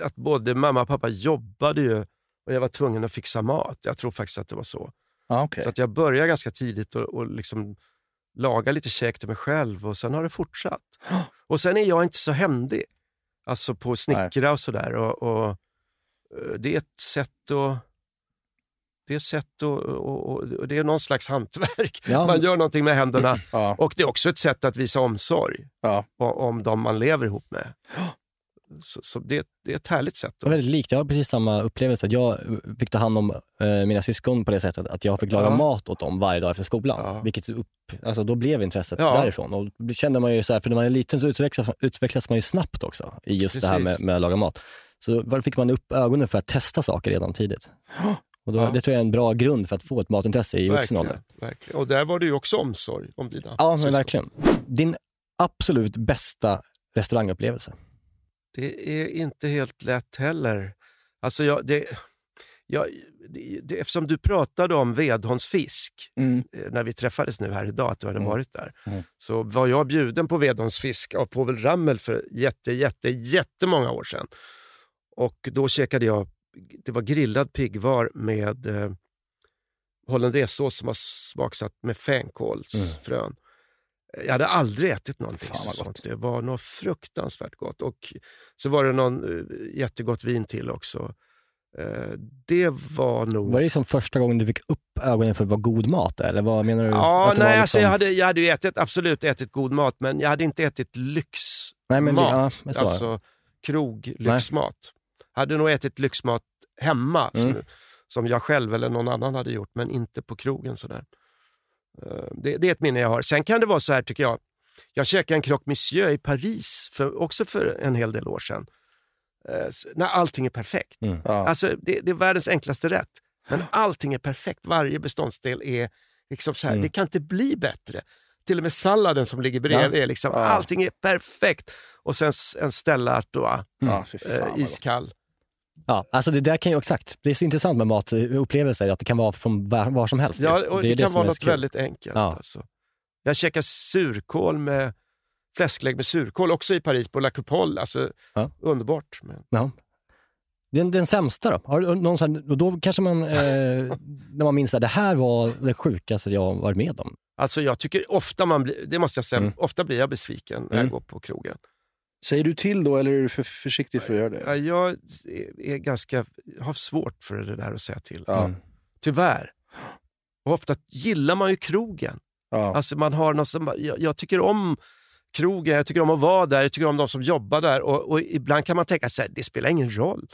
C: att både mamma och pappa jobbade ju och jag var tvungen att fixa mat. Jag tror faktiskt att det var så.
E: Ah, okay.
C: Så att jag började ganska tidigt och, och liksom laga lite käk till mig själv och sen har det fortsatt. Och sen är jag inte så händig. Alltså på att snickra och sådär. Och, och, eh, det är ett sätt att... Det är, ett sätt att, och, och, och det är någon slags hantverk.
D: Ja,
C: Man gör någonting med händerna.
E: ja.
C: Och det är också ett sätt att visa omsorg
E: Ja.
C: o- om de man lever ihop med. Så, så det, det är ett härligt sätt.
D: Det var väldigt likt. Jag har precis samma upplevelse. Att jag fick ta hand om eh, mina syskon på det sättet att jag fick laga
C: Ja.
D: mat åt dem varje dag efter skolan.
C: Ja.
D: Vilket upp, alltså, då blev intresset
C: Ja.
D: därifrån. Och då kände man ju så här, för när man är liten så utvecklas, utvecklas man ju snabbt också i just det här
C: Precis.
D: med, med att laga mat. Så var fick man upp ögonen för att testa saker redan tidigt. Och då,
C: Ja.
D: Det tror jag är en bra grund för att få ett matintresse i vuxen ålder.
C: verkligen, verkligen. Och där var det ju också omsorg om dina
D: Ja, men
C: syskon.
D: verkligen. Din absolut bästa restaurangupplevelse?
C: Det är inte helt lätt heller. Alltså jag, det, jag, det, det, eftersom du pratade om Vedholms fisk
E: Mm.
C: eh, när vi träffades nu här idag, att du hade
E: Mm.
C: varit där,
E: Mm.
C: så var jag bjuden på Vedholms fisk av Povel Ramel för jätte, jätte, jättemånga år sedan. Och då käkade jag, det var grillad piggvar med eh, hollandaisesås som var smaksatt med fänkålsfrön. Jag hade aldrig ätit någonting
E: Mm. Fan, vad
C: sånt.
E: gott.
C: Det var något fruktansvärt gott. Och så var det någon eh, jättegott vin till också. Eh, Det var nog...
D: Var det som första gången du fick upp ögonen för vad god mat är? Eller vad menar du?
C: Ja,
D: Att det var liksom-
C: nej, alltså jag, hade, jag hade ju ätit, absolut ätit god mat, men jag hade inte ätit lyx
D: nej, men,
C: mat.
D: Ja, men så.
C: Alltså kroglyxmat. Hade nog ätit lyxmat hemma som,
D: Mm.
C: som jag själv eller någon annan hade gjort, men inte på krogen. Sådär. Eh, Det, det är ett minne jag har. Sen kan det vara så här tycker jag. Jag käkade en croque monsieur i Paris, för, också för en hel del år sedan. Eh, s- När allting är perfekt.
E: Ja.
C: Alltså, det, det är världens enklaste rätt. Men allting är perfekt. Varje beståndsdel är liksom så här.
D: Mm.
C: Det kan inte bli bättre. Till och med salladen som ligger bredvid. är Liksom,
E: Ja.
C: Allting är perfekt. Och sen s- en Stella Artois,
E: Ja, fy fan,
C: eh,
E: vad gott.
C: iskall.
D: ja, alltså det där kan ju, exakt. Det är så intressant med matupplevelser, att det kan vara från var, var som helst.
C: Ja, och det,
D: är
C: kan
D: som
C: vara
D: är så
C: något
D: kul.
C: väldigt enkelt.
D: Ja.
C: Alltså. Jag käkade surkål med fläsklägg med surkål också i Paris på La Coupole. Alltså,
D: Ja.
C: Underbart. Men,
D: Ja. Den, den sämsta då? Har du någon sån här, och då kanske man, eh, när man minns att det här var det sjukaste jag har varit med om.
C: alltså, jag tycker ofta man blir, det måste jag säga,
D: Mm.
C: ofta blir jag besviken när
D: Mm.
C: jag går på krogen.
E: Säger du till då eller är du för försiktig för att göra det?
C: Ja, Jag är- är ganska, har svårt för det där att säga till.
E: Ja.
C: Alltså. Tyvärr. Och ofta gillar man ju krogen.
E: Ja.
C: Alltså man har någon som, jag, jag tycker om krogen, jag tycker om att vara där, jag tycker om de som jobbar där. Och, och ibland kan man tänka så här, det spelar ingen roll.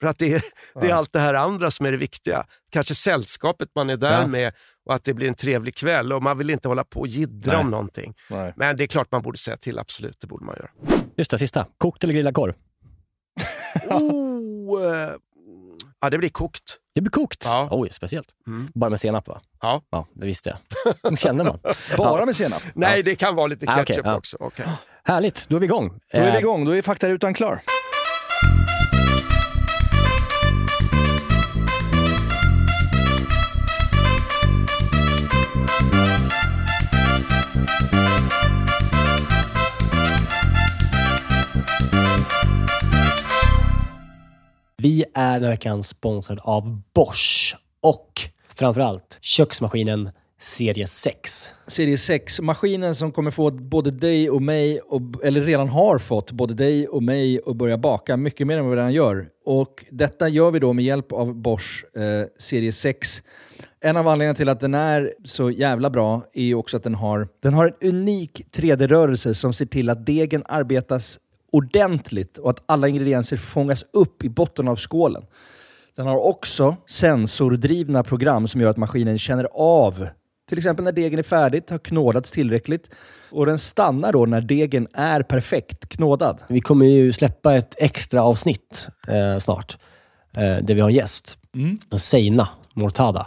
C: För att det är, det är
E: Ja.
C: allt det här andra som är det viktiga. Kanske sällskapet man är där
D: Ja.
C: med och att det blir en trevlig kväll. Och man vill inte hålla på och jiddra
D: Nej.
C: om någonting.
E: Nej.
C: Men det är klart man borde säga till, absolut. Det borde man göra.
D: Just det, sista. Kokt eller grillad korv?
C: Oh, eh, ja, det blir kokt.
D: Det blir kokt.
C: Ja.
D: Oj, speciellt.
C: Mm.
D: Bara med senap va?
C: Ja.
D: Ja, det visste jag. Det kände man.
E: Bara med senap?
C: Alltså- Nej, det kan vara lite
D: Ah,
C: ketchup
D: okej, ja.
C: också. Okej.
D: Härligt, då är vi igång.
E: Då är vi
D: Eh,
E: igång, då är faktarutan klar.
D: Vi är den här veckan sponsrad av Bosch och framförallt köksmaskinen serie 6.
E: Serie 6, maskinen som kommer få både dig och mig, och, eller redan har fått både dig och mig att börja baka mycket mer än vad vi redan gör. Och detta gör vi då med hjälp av Bosch eh, Serie 6. En av anledningarna till att den är så jävla bra är ju också att den har, den har en unik 3D-rörelse som ser till att degen arbetas ordentligt och att alla ingredienser fångas upp i botten av skålen. Den har också sensordrivna program som gör att maskinen känner av till exempel när degen är färdigt, har knådats tillräckligt och den stannar då när degen är perfekt knådad.
D: Vi kommer ju släppa ett extra avsnitt eh, snart eh, där vi har en gäst. Mm. Seina Mortada.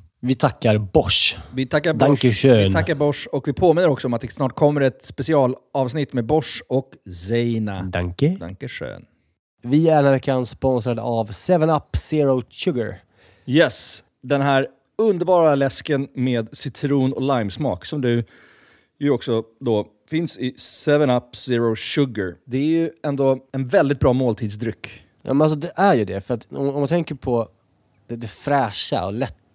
D: Vi tackar Bosch.
E: Vi tackar Bosch.
D: Dankeschön.
E: Vi tackar Bosch och vi påminner också om att det snart kommer ett specialavsnitt med Bosch och Zeina.
D: Danke.
E: Dankeschön.
D: Vi är den här veckan sponsrade av 7up Zero Sugar.
E: Yes, den här underbara läsken med citron och limesmak som du ju också då finns i 7-Up Zero Sugar. Det är ju ändå en väldigt bra måltidsdryck.
D: Ja, men alltså det är ju det. För att om, om man tänker på det, det fräscha och lätta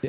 D: de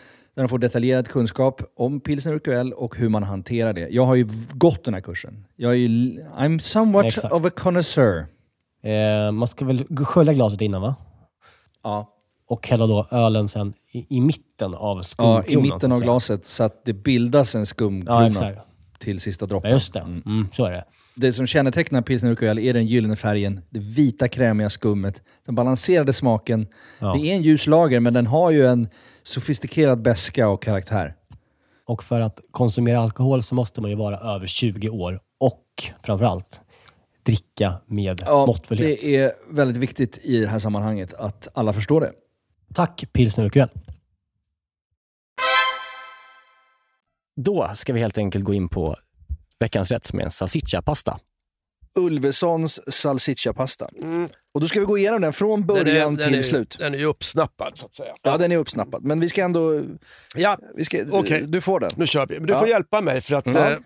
E: Där de får detaljerad kunskap om pilsner urquell och hur man hanterar det. Jag har ju gått den här kursen. Jag är ju, I'm somewhat
D: Exakt.
E: of a connoisseur.
D: Eh, man ska väl g- skölja glaset innan va?
E: Ja,
D: Och hälla då ölen sen i, i mitten av
E: ja,
D: skumkronan.
E: I
D: så
E: mitten
D: att
E: av
D: säga.
E: glaset så att det bildas en
D: Ja,
E: skumkrona
D: exakt.
E: till sista
D: Ja,
E: droppen.
D: just det. Mm, så är det.
E: Det som kännetecknar pilsner urquell är den gyllene färgen, det vita krämiga skummet, den balanserade smaken.
D: Ja.
E: Det är en ljus lager, men den har ju en sofistikerad beska och karaktär.
D: Och för att konsumera alkohol så måste man ju vara över 20 år och framförallt dricka med måttfullhet.
E: det är väldigt viktigt i det här sammanhanget att alla förstår det.
D: Tack Pilsner och Då ska vi helt enkelt gå in på veckans rätt som är en salsicciapasta.
E: Ulvessons salsicciapasta.
C: Mm.
E: Och då ska vi gå igenom den från
C: Den är-
E: början
C: den
E: till
C: är,
E: slut.
C: Den är ju uppsnappad så att säga.
E: Ja, den är uppsnappad. Men vi ska ändå...
C: Ja,
E: Vi ska,
C: Okej.
E: Du får den.
C: nu kör vi. Men du
E: Ja.
C: får hjälpa mig för att
E: Ja.
C: eh,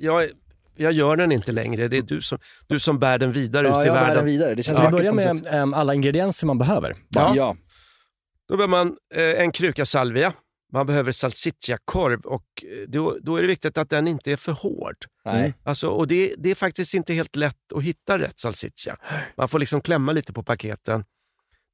C: jag, jag gör den inte längre. Det är du som, du som bär den vidare
E: Ja,
C: ut i
E: jag bär
C: världen.
E: den vidare. Det känns
D: Ska vi
E: vackert
D: börja
E: på något
D: med
E: sätt.
D: ehm, alla ingredienser man behöver?
E: Ja.
D: Bara.
E: ja.
C: Då behöver man eh, en kruka salvia. Man behöver salsicciakorv och eh, då, då är det viktigt att den inte är för hård.
E: Nej.
C: Alltså, och det, det är faktiskt inte helt lätt att hitta rätt salsiccia. Man får liksom klämma lite på paketen.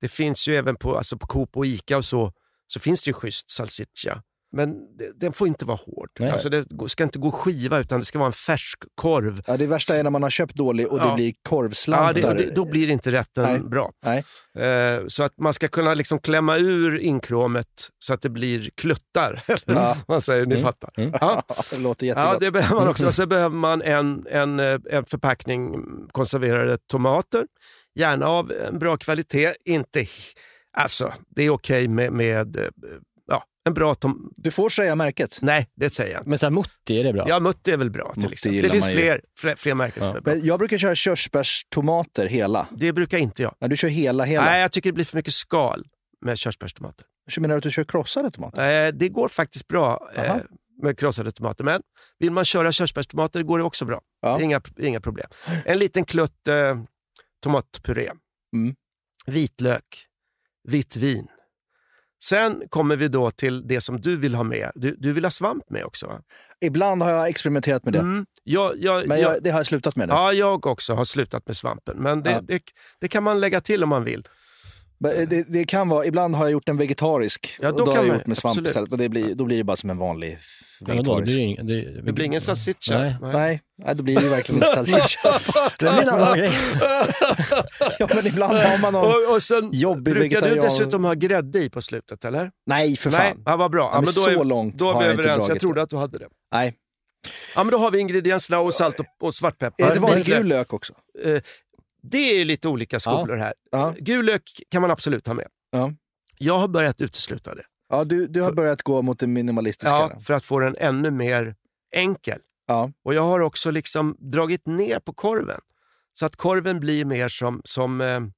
C: Det finns ju även på, alltså på Coop och Ica och så, så finns det ju schysst salsiccia. Men det, den får inte vara hård.
D: Nej.
C: Alltså det går- ska inte gå skiva utan det ska vara en färsk korv.
E: Ja, det värsta är när man har köpt dålig och det
C: Ja.
E: blir
C: Ja,
E: korvslantar.
C: det, och det, då blir inte rätten
E: Nej.
C: bra.
E: Nej.
C: Eh, så att man ska kunna liksom klämma ur inkråmet så att det blir kluttar. Eller
E: Ja.
C: vad man säger, ni
D: Mm.
C: fattar.
D: Mm.
C: Ja.
E: det låter jättegott.
C: Ja, det behöver man också. Och så behöver man en, en, eh, en förpackning konserverade tomater. Gärna av en bra kvalitet. Inte, he- alltså, det är okej med, med eh, ja, en bra tom...
E: Du får säga märket.
C: Nej, det säger jag inte.
D: Men så här mutti, är det bra?
C: Ja, Mutti är väl bra till
E: Mutti
C: exempel.
E: gillar
C: Det finns
E: man ju.
C: fler, fler, fler märken som är bra.
E: Men jag brukar köra körsbärstomater hela.
C: Det brukar inte jag.
E: Nej, du kör hela, hela.
C: Nej, jag tycker det blir för mycket skal med körsbärstomater.
E: Så menar du att du kör krossade tomater?
C: Eh, det går faktiskt bra eh,
E: Aha.
C: med krossade tomater, men vill man köra körsbärstomater går det också bra.
E: Ja.
C: Det är inga, inga problem. En liten klutt eh, tomatpuré.
E: Mm.
C: Vitlök. Vitt vin. Sen kommer vi då till det som du vill ha med. Du, du vill ha svamp med också? Va?
E: Ibland har jag experimenterat med det.
C: Mm. Jag, jag,
E: Men
C: jag,
E: jag, det har jag slutat med nu.
C: ja, jag också har slutat med svampen, men det,
E: Ja.
C: det, det kan man lägga till om man vill.
E: Men eh, Det, det kan vara, ibland har jag gjort en vegetarisk.
C: Ja,
E: och
C: då
E: då har
C: kan
E: jag
C: man-
E: gjort med svamp
C: absolut.
E: istället. Och det blir, då blir det bara som en vanlig
D: Ja, vadå, det,
E: vegetarisk.
D: blir ju ing- det,
C: Det blir ingen salsiccia.
D: Nej.
E: Nej, nej, då blir det ju verkligen inte salsiccia.
D: Det blir en annan grej.
E: ja, men ibland har man någon...
C: Och, och sen,
E: Jobbig
C: brukar du
E: vegetarian.
C: dessutom ha grädde i på slutet, eller?
E: Nej, för
C: Nej,
E: fan.
C: ja, vad bra.
E: men
C: Ja, men då
E: så
C: är,
E: långt
C: då är
E: har
C: vi
E: jag inte
C: överens. Jag
E: dragit
C: trodde
E: det.
C: att du hade det.
E: Nej.
C: Ja, men då har vi ingredienserna och salt och, och svartpeppar.
E: Är det vanlig
C: Vitlök.
E: gul lök också?
C: Eh, Det är lite olika skolor här.
E: Ja.
C: Gul lök kan man absolut ha med.
E: Ja.
C: Jag har börjat utesluta det.
E: Ja, du, du har börjat gå mot det minimalistiska.
C: Ja, för att få den ännu mer enkel.
E: Ja.
C: Och jag har också liksom dragit ner på korven. Så att korven blir mer som, som, eh,
E: En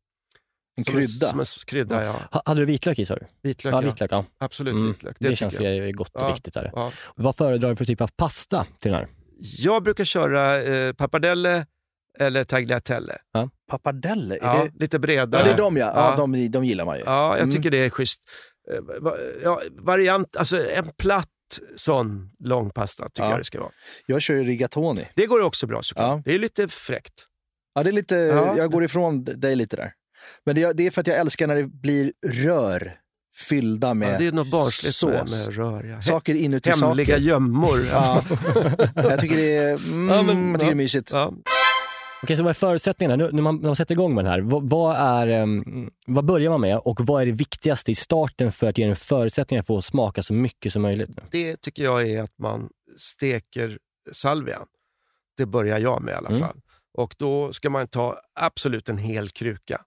C: som,
E: krydda.
C: En, som en s- krydda. Ja.
D: Ha- Hade du vitlök i sa du?
C: Vitlök,
D: Ja,
C: ja.
D: vitlök. Ja.
C: Absolut
D: Mm.
C: vitlök.
D: Det,
C: tycker
D: känns
C: jag.
D: ju gott och
C: Ja.
D: viktigt. Är det.
C: Ja.
D: Vad föredrar du för typ av pasta till den här?
C: Jag brukar köra eh, pappardelle eller tagliatelle.
E: Pappardelle? Är
C: Ja,
E: det...
C: lite bredare.
E: ja, det är de ja. ja.
C: Ja.
E: de, de gillar man ju.
C: Ja, jag
E: Mm.
C: tycker det är schysst. Eh, va- Ja, variant, alltså en platt sån lång pasta tycker
E: Ja.
C: jag det ska vara.
E: Jag kör ju rigatoni.
C: Det går också bra såklart.
E: Ja.
C: Det är lite fräckt.
E: Ja, det är lite,
C: Ja.
E: Jag går ifrån d- dig lite där. Men det, det är för att jag älskar när det blir rör fyllda med
C: Ja, det är något barnsligt med,
E: sås.
C: med rör. Ja. He-
E: saker inuti
C: Hemliga
E: saker.
C: gömmor. Ja.
E: Jag tycker det är, mm,
C: Ja, men-
E: jag tycker det är
C: ja.
E: mysigt.
C: Ja.
D: Okej, så vad är förutsättningarna? Nu, när, man, när man sätter igång med den här, vad, vad, är, ehm, vad börjar man med och vad är det viktigaste i starten för att ge den förutsättningar för att smaka så mycket som möjligt?
C: Det tycker jag är att man steker salvian. Det börjar jag med i alla
D: Mm.
C: fall. Och då ska man ta absolut en hel kruka.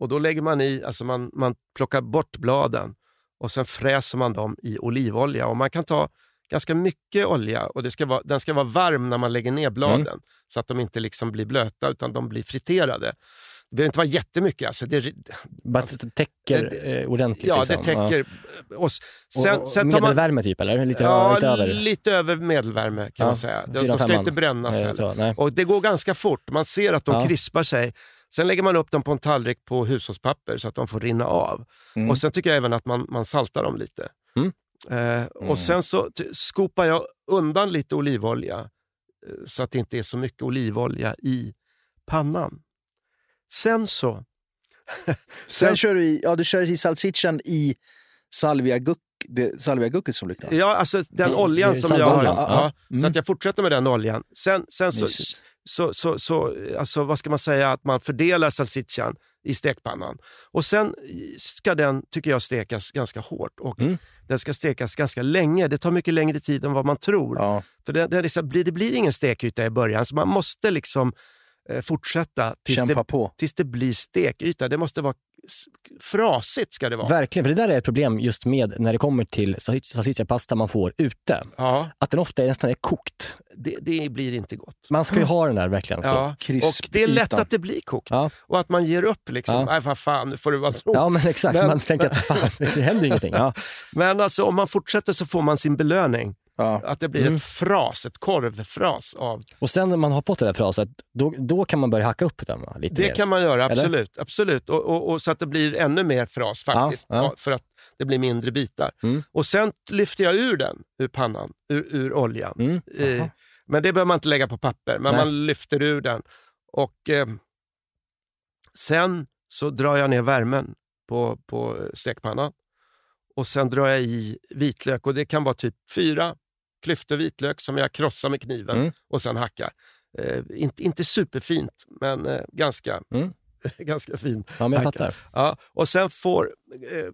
C: Och då lägger man i, alltså man, man plockar bort bladen och sen fräser man dem i olivolja. Och man kan ta ganska mycket olja och det ska vara, den ska vara varm när man lägger ner
D: Mm.
C: bladen. Så att de inte liksom blir blöta utan de blir friterade. Det behöver inte vara jättemycket. Alltså det,
D: Bara så att det täcker
C: Alltså, Det-
D: eh, ordentligt?
C: ja,
D: liksom.
C: det täcker oss.
D: Ja.
C: Sen,
D: och, och
C: sen tar man,
D: medelvärme typ, eller? Lite,
C: ja,
D: lite över?
C: lite över medelvärme kan
D: Ja,
C: man säga. De,
D: fyra,
C: de ska
D: femman.
C: inte brännas
D: Nej,
C: heller.
D: Eh, så, nej.
C: Och det går ganska fort. Man ser att de
D: Ja.
C: krispar sig. Sen lägger man upp dem på en tallrik på hushållspapper så att de får rinna av.
E: Mm.
C: Och Sen tycker jag även att man, man saltar dem lite.
D: Mm.
C: Eh,
E: Mm.
C: och Sen så ty- skopar jag undan lite olivolja eh, så att det inte är så mycket olivolja i pannan. Sen så...
E: Sen kör du i, ja, du kör i salsiccian i salviaguck, det, salviagucket som luktar.
C: Ja, alltså den
D: Mm,
C: oljan
D: det är
C: som
D: sant,
C: jag har.
D: oljan.
C: Ja, Så
E: Mm.
C: att jag fortsätter med den oljan. Sen, sen så,
E: Mysigt.
C: så, så, så, alltså, vad ska man säga, att man fördelar salsiccian i stekpannan. Och sen ska den, tycker jag, stekas ganska hårt. Och
E: Mm.
C: Den ska stekas ganska länge. Det tar mycket längre tid än vad man tror.
E: Ja.
C: För det, det, är liksom, blir- det blir ingen stekyta i början, så man måste liksom eh, fortsätta tills
E: Kämpa
C: det,
E: på.
C: tills det blir stekyta. Det måste vara s- frasigt ska det vara.
D: Verkligen, för det där är ett problem just med när det kommer till salsicciapasta man får ute.
C: Ja,
D: Att den ofta är nästan är kokt.
C: det, det blir inte gott.
D: Man ska ju ha den där verkligen. Så.
C: Ja. Och det är lätt
E: krispytan.
C: att det blir kokt.
D: Ja.
C: Och att man ger upp liksom.
D: Ja.
C: Nej, vad fan, nu får det vara nog.
D: ja, men exakt.
C: Men-
D: man tänker att fan, det händer ingenting. Ja.
C: Men alltså om man fortsätter så får man sin belöning.
E: Ja.
C: Att det blir
D: Mm.
C: ett fras, ett korvfras av.
D: Och sen när man har fått det där fraset, då, då kan man börja hacka upp den va? lite
C: Det
D: mer.
C: kan man göra,
D: Eller?
C: absolut. absolut. Och, och, och Så att det blir ännu mer fras faktiskt.
D: Ja, ja.
C: För att det blir mindre bitar.
D: Mm.
C: Och sen lyfter jag ur den, ur pannan, ur, ur oljan.
D: Mm.
C: Eh, men det behöver man inte lägga på papper, men
D: Nej.
C: man lyfter ur den. Och eh, Sen så drar jag ner värmen på, på eh, stekpannan. Och sen drar jag i vitlök och det kan vara typ fyra klyftor vitlök som jag krossar med kniven
D: Mm.
C: och sen hackar. Eh, inte, inte superfint, men eh, ganska,
D: Mm.
C: ganska fint.
D: Ja, men jag
C: hacka.
D: fattar.
C: Ja, och sen får eh,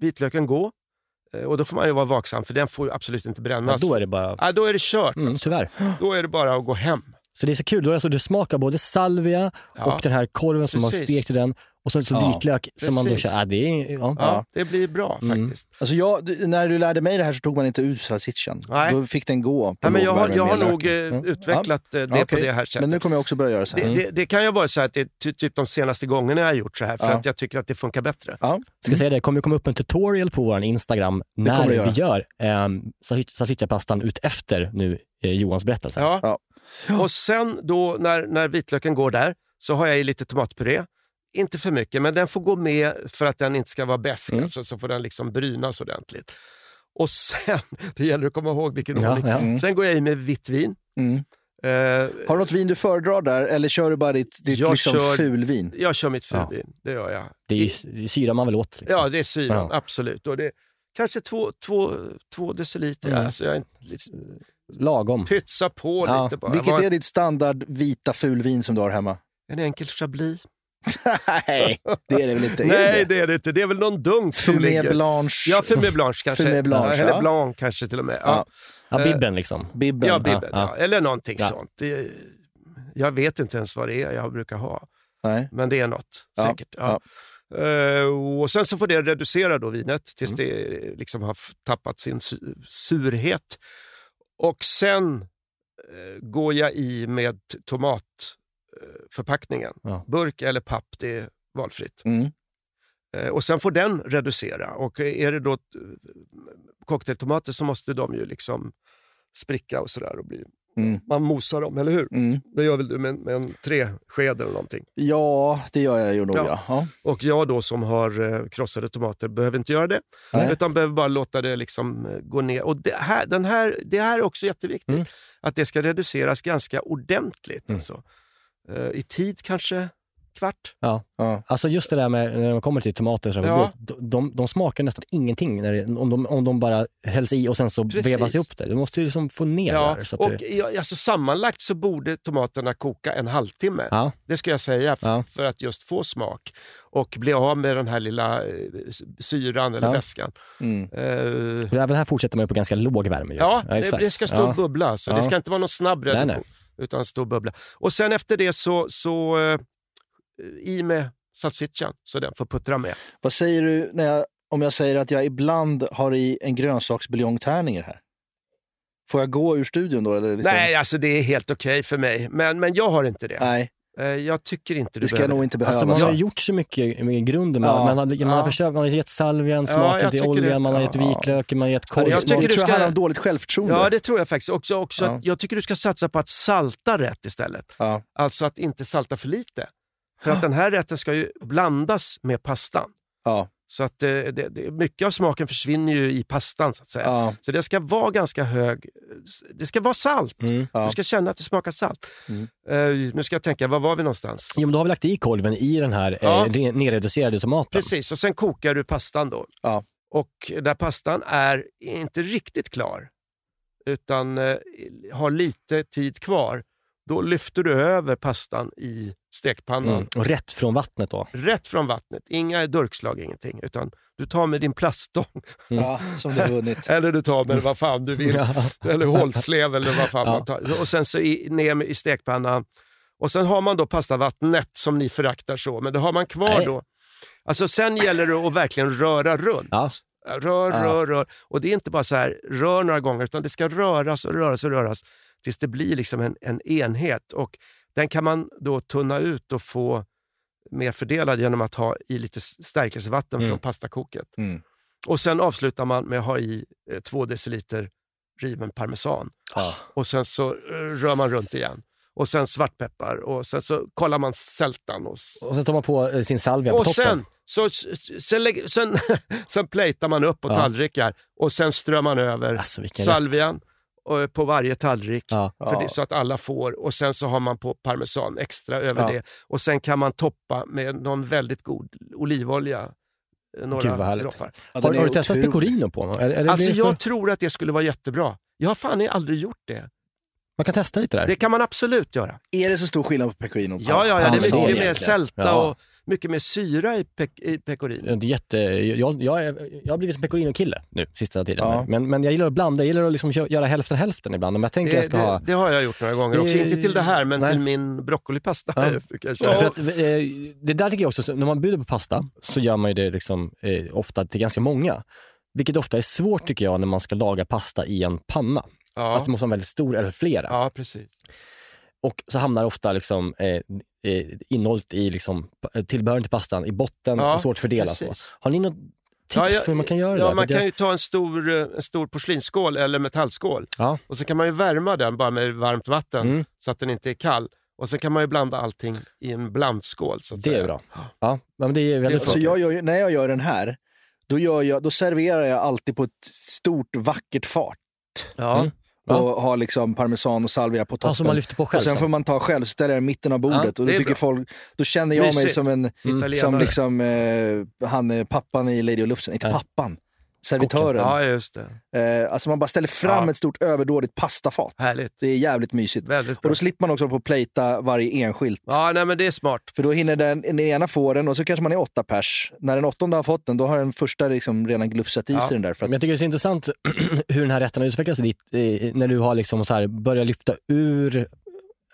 C: vitlöken gå. Eh, Och då får man ju vara vaksam, för den får ju absolut inte
D: Ja,
C: brännas.
D: då är det bara...
C: Ja, då är det kört.
D: Mm, tyvärr.
C: Då är det bara att gå hem.
D: Så det är så kul. Då är det alltså, du smakar både salvia
C: Ja.
D: och den här korven som
C: Precis.
D: har stekt i den och sen så
H: Ja,
D: vitlök som man då
C: precis.
D: kör. Ja, det är, ja.
C: Ja, Det blir bra faktiskt.
E: Alltså jag, du- när du lärde mig det här så tog man inte ut salsiccian.
C: Nej.
E: Då fick den gå. på
C: Nej, men jag har,
E: lågvärme
C: jag har
E: med
C: nog eh,
E: löken.
C: utvecklat eh, det
E: Mm. Ja,
C: på
E: okej.
C: det här sättet.
E: Men nu kommer Mm. jag också börja göra så här.
C: det, det, det kan ju vara så här att det är ty, typ de senaste gångerna jag har gjort så här för
E: Ja.
C: att jag tycker att det funkar bättre.
E: Ja.
D: Ska jag säga det, kommer det komma upp en tutorial på vår Instagram när
E: kommer det
D: vi gör ehm, salsic- salsicciapastan ut efter nu eh, Johans berättelse.
C: Ja.
E: Ja.
C: Och sen då när, när vitlöken går där så har jag i lite tomatpuré. Inte för mycket, men den får gå med för att den inte ska vara besk.
D: Mm.
C: Alltså, så får den liksom brynas ordentligt. Och sen, det gäller att komma ihåg vilken
D: Ja,
C: ordning.
D: ja.
E: Mm.
C: Sen går jag i med vitt vin.
E: Mm.
C: Eh,
E: Har du något vin du föredrar där eller kör du bara ditt, ditt
C: Jag
E: liksom
C: kör-
E: fulvin?
C: jag kör mitt
D: Ja.
C: fulvin, det gör jag.
D: Det är
C: I-
D: ju s- det är syra man vill åt. Liksom.
C: Ja, det är syran,
D: Ja.
C: absolut. Och det, kanske två, två, två deciliter.
D: Mm.
C: Alltså jag är inte- lite-
D: Lagom.
C: pytsa på
D: Ja,
C: lite bara.
E: Vilket
C: Vad-
E: är ditt standard vita fulvin som du har hemma?
C: En enkel chablis.
E: Nej, det är det väl inte? Är
C: Nej,
E: det
C: det är det inte. Det är väl någon dunk som
E: Fumé
C: ligger.
E: Blanche,
C: Ja, fumé blanche kanske.
E: Fumé blanche,
C: ja, eller
E: ja.
C: blanc kanske till och med. Ja,
D: Ja,
C: eh,
D: bibben liksom.
E: Bibben.
C: ja, bibeln. Ja.
D: ja.
C: Eller någonting
D: Ja.
C: sånt. Det, jag vet inte ens vad det är jag brukar ha,
E: Nej.
C: men det är något
E: Ja,
C: säkert. Ja. Eh, och sen så får det reducera då vinet tills
E: Mm.
C: det liksom har f- tappat sin su- surhet. Och sen eh, går jag i med tomatförpackningen.
D: Ja.
C: Burk eller papp, det är valfritt.
E: Mm.
C: Eh, Och sen får den reducera. Och är det då eh, cocktailtomater så måste de ju liksom spricka och sådär. och bli-
E: Mm.
C: Man mosar dem, eller hur?
E: Mm.
C: Det gör väl du med, en- med en träsked eller någonting.
E: Ja, det gör jag ju nog.
C: Ja.
E: Ja. Ja.
C: Och jag då som har eh, krossade tomater behöver inte göra det.
E: Nej.
C: Utan behöver bara låta det liksom eh, gå ner. Och det här, den här, det här är också jätteviktigt.
D: Mm.
C: Att det ska reduceras ganska ordentligt.
D: Mm.
C: Alltså. Eh, I tid kanske kvart.
E: Ja.
D: Alltså just det där med när man kommer till tomater, så här,
C: Ja.
D: de, de, de smakar nästan ingenting när det, om, de, om de bara hälls i och sen så
C: Precis.
D: vevas ihop det. Du måste ju liksom få ner det där. Så att
C: och
D: det,
C: ja, alltså, sammanlagt så borde tomaterna koka en halvtimme.
D: Ja.
C: Det ska jag säga, f-
D: Ja.
C: för att just få smak och bli av med den här lilla eh, s- syran eller
D: Ja.
C: väskan.
E: Mm.
C: Eh,
D: och även här fortsätter man ju på ganska låg värme. ju.
C: ja, det,
D: exakt.
C: det ska stå
D: Ja.
C: och bubbla, så
D: Ja.
C: det ska inte vara någon snabb
D: Nej,
C: reduktion. Utan stå och bubbla. Och sen efter det så, så eh, i med salsiccian så den får puttra med.
E: Vad säger du när jag, om jag säger att jag ibland har i en grönsaksbuljongtärning i det här? Får jag gå ur studion då? Eller liksom?
C: Nej, alltså det är helt okej för mig, men, men jag har inte det.
E: Nej,
C: Eh, jag tycker inte du
E: det ska
C: behöver
E: jag nog inte behöva.
D: Alltså man har
E: Ja.
D: ju gjort så mycket med grunden. Man,
E: Ja.
D: man, har, man,
C: Ja.
D: har försökt, man har gett salvian,
C: Ja,
D: smaken
C: jag
D: till
C: tycker
D: oljan,
C: det.
D: man har gett
E: Ja.
D: vitlöken, man har gett korv.
C: jag
E: det
C: tycker
E: tror
C: du
E: jag
C: ska-
E: handlar om dåligt självförtroende.
C: Ja, det tror jag faktiskt. Också, också
E: Ja.
C: Att, jag tycker du ska satsa på att salta rätt istället.
E: Ja.
C: Alltså att inte salta för lite. För att den här rätten ska ju blandas med pastan.
E: Ja.
C: Så att eh, det, det, mycket av smaken försvinner ju i pastan så att säga.
E: Ja.
C: Så det ska vara ganska hög, det ska vara salt.
D: Mm.
E: Ja.
C: Du ska känna att det smakar salt.
E: Mm.
C: Eh, nu ska jag tänka, var var vi någonstans?
D: Jo, men då har vi lagt i kolven i den här
C: Ja.
D: eh, re- nerreducerade tomaten.
C: Precis, och sen kokar du pastan då.
E: Ja.
C: Och där pastan är inte riktigt klar, utan eh, har lite tid kvar, då lyfter du över pastan i stekpannan.
D: Mm. Och rätt från vattnet då.
C: Rätt från vattnet, inga durkslag, ingenting. Utan du tar med din plaststång,
D: Mm.
E: Ja, som du har vunnit.
C: eller du tar med vad fan du vill,
D: Ja.
C: eller hålslev eller vad fan
D: Ja.
C: man tar. Och sen så i, ner med- i stekpannan. Och sen har man då pastavattnet som ni föraktar så, men det har man kvar
D: Nej.
C: då. Alltså, sen gäller det att verkligen röra runt.
D: Ja.
C: Rör,
E: Ja.
C: rör, rör. Och det är inte bara så här, rör några gånger, utan det ska röras och röras och röras tills det blir liksom en, en enhet. Och den kan man då tunna ut och få mer fördelad genom att ha i lite stärkelsevatten
E: Mm.
C: från pastakoket.
E: Mm.
C: Och sen avslutar man med att ha i eh, två deciliter riven parmesan.
E: Ja.
C: Och sen så eh, rör man runt igen. Och sen svartpeppar och sen så kollar man sältan. Och, s-
D: Och så tar man på eh, sin salvia på
C: och
D: toppen.
C: sen, så, s- sen, lägger- sen, sen plejtar man upp på
D: Ja.
C: tallrikar och sen strör man över
D: Alltså vilken rätt.
C: salvian eh, på varje tallrik.
D: Ja.
C: För det, så att alla får. Och sen så har man på parmesan extra över
D: Ja.
C: det. Och sen kan man toppa med någon väldigt god olivolja. eh,
D: Gud, vad
C: Några
D: härligt.
C: droppar.
E: Ja,
D: Har,
E: den är
D: har du testat
E: otrolig.
D: pecorino på någon? Eller, eller
C: Alltså
D: blir det för...
C: jag tror att det skulle vara jättebra. Jag har fan jag har aldrig gjort det.
D: Man kan testa lite där.
C: Det kan man absolut göra.
E: Är det så stor skillnad på pecorino och
C: Ja, ja, ja det är
D: parmesan
C: mycket mer
E: egentligen.
C: sälta
D: Ja.
C: och mycket mer syra i, pek, i pecorino.
D: Det är jätte, jag, jag, är, jag har blivit en pecorino-kille nu sista tiden.
E: Ja.
D: Men, men jag gillar att blanda, jag gillar att liksom kö- göra hälften hälften ibland. Om jag tänker
C: Det,
D: jag ska
C: det,
D: ha...
C: det har jag gjort några gånger
D: Det-
C: också. Inte till det här, men
D: nej.
C: till min broccolipasta.
D: Ja.
C: brukar jag
D: För
C: köra.
D: att, eh, det där tycker jag också, så när man bjuder på pasta så gör man ju det liksom, eh, ofta till ganska många. Vilket ofta är svårt tycker jag när man ska laga pasta i en panna. Att
C: Ja.
D: du måste ha en väldigt stor eller flera.
C: ja, precis.
D: Och så hamnar ofta liksom, eh, eh, innehållet i liksom, pa- tillbehören till pastan i botten
C: Ja,
D: och svårt fördelat. så.
C: precis.
D: Har ni något tips
C: Ja, jag-
D: på hur man kan göra det
C: Ja,
D: där?
C: man
D: För det-
C: kan ju ta en stor, eh, en stor porslinsskål eller metallskål
D: Ja.
C: och så kan man ju värma den bara med varmt vatten
D: Mm.
C: så att den inte är kall. Och sen kan man ju blanda allting i en blandskål. Så att
D: Det
C: säga.
D: är bra. Ja, men det är väldigt bra.
C: Det-
E: Så Alltså, jag gör, ju- när jag gör den här, då, gör jag, då serverar jag alltid på ett stort vackert fat.
C: Ja.
D: Mm. Ja.
E: Och har liksom parmesan och salvia på toppen.
D: Ja, som man lyfter på själv
E: och sen får man ta själv, ställa den i mitten av bordet. och då,
C: det är
E: tycker
C: bra.
E: folk, då känner jag mig
C: Mysigt.
E: som, en, som
C: Italienare.
E: liksom, eh, han, eh, pappan i Lady och luften. Inte
D: Ja.
E: pappan, servitören.
C: Ja, just det.
E: Eh, alltså man bara ställer fram
C: Ja.
E: ett stort överdådigt pastafat.
C: Härligt.
E: Det är jävligt mysigt.
C: Väldigt
E: Och
C: bra.
E: då slipper man också hålla på och plejta varje enskilt.
C: Ja, nej, men det är smart.
E: För då hinner den, den ena få den och så kanske man är åtta pers. När den åttonde har fått den, då har den första liksom redan glufsat i
C: Ja.
E: sig den där. För
D: Men
E: att,
D: jag tycker det är så intressant hur den här rätten har utvecklats i ditt, eh, när du har liksom så här börjat lyfta ur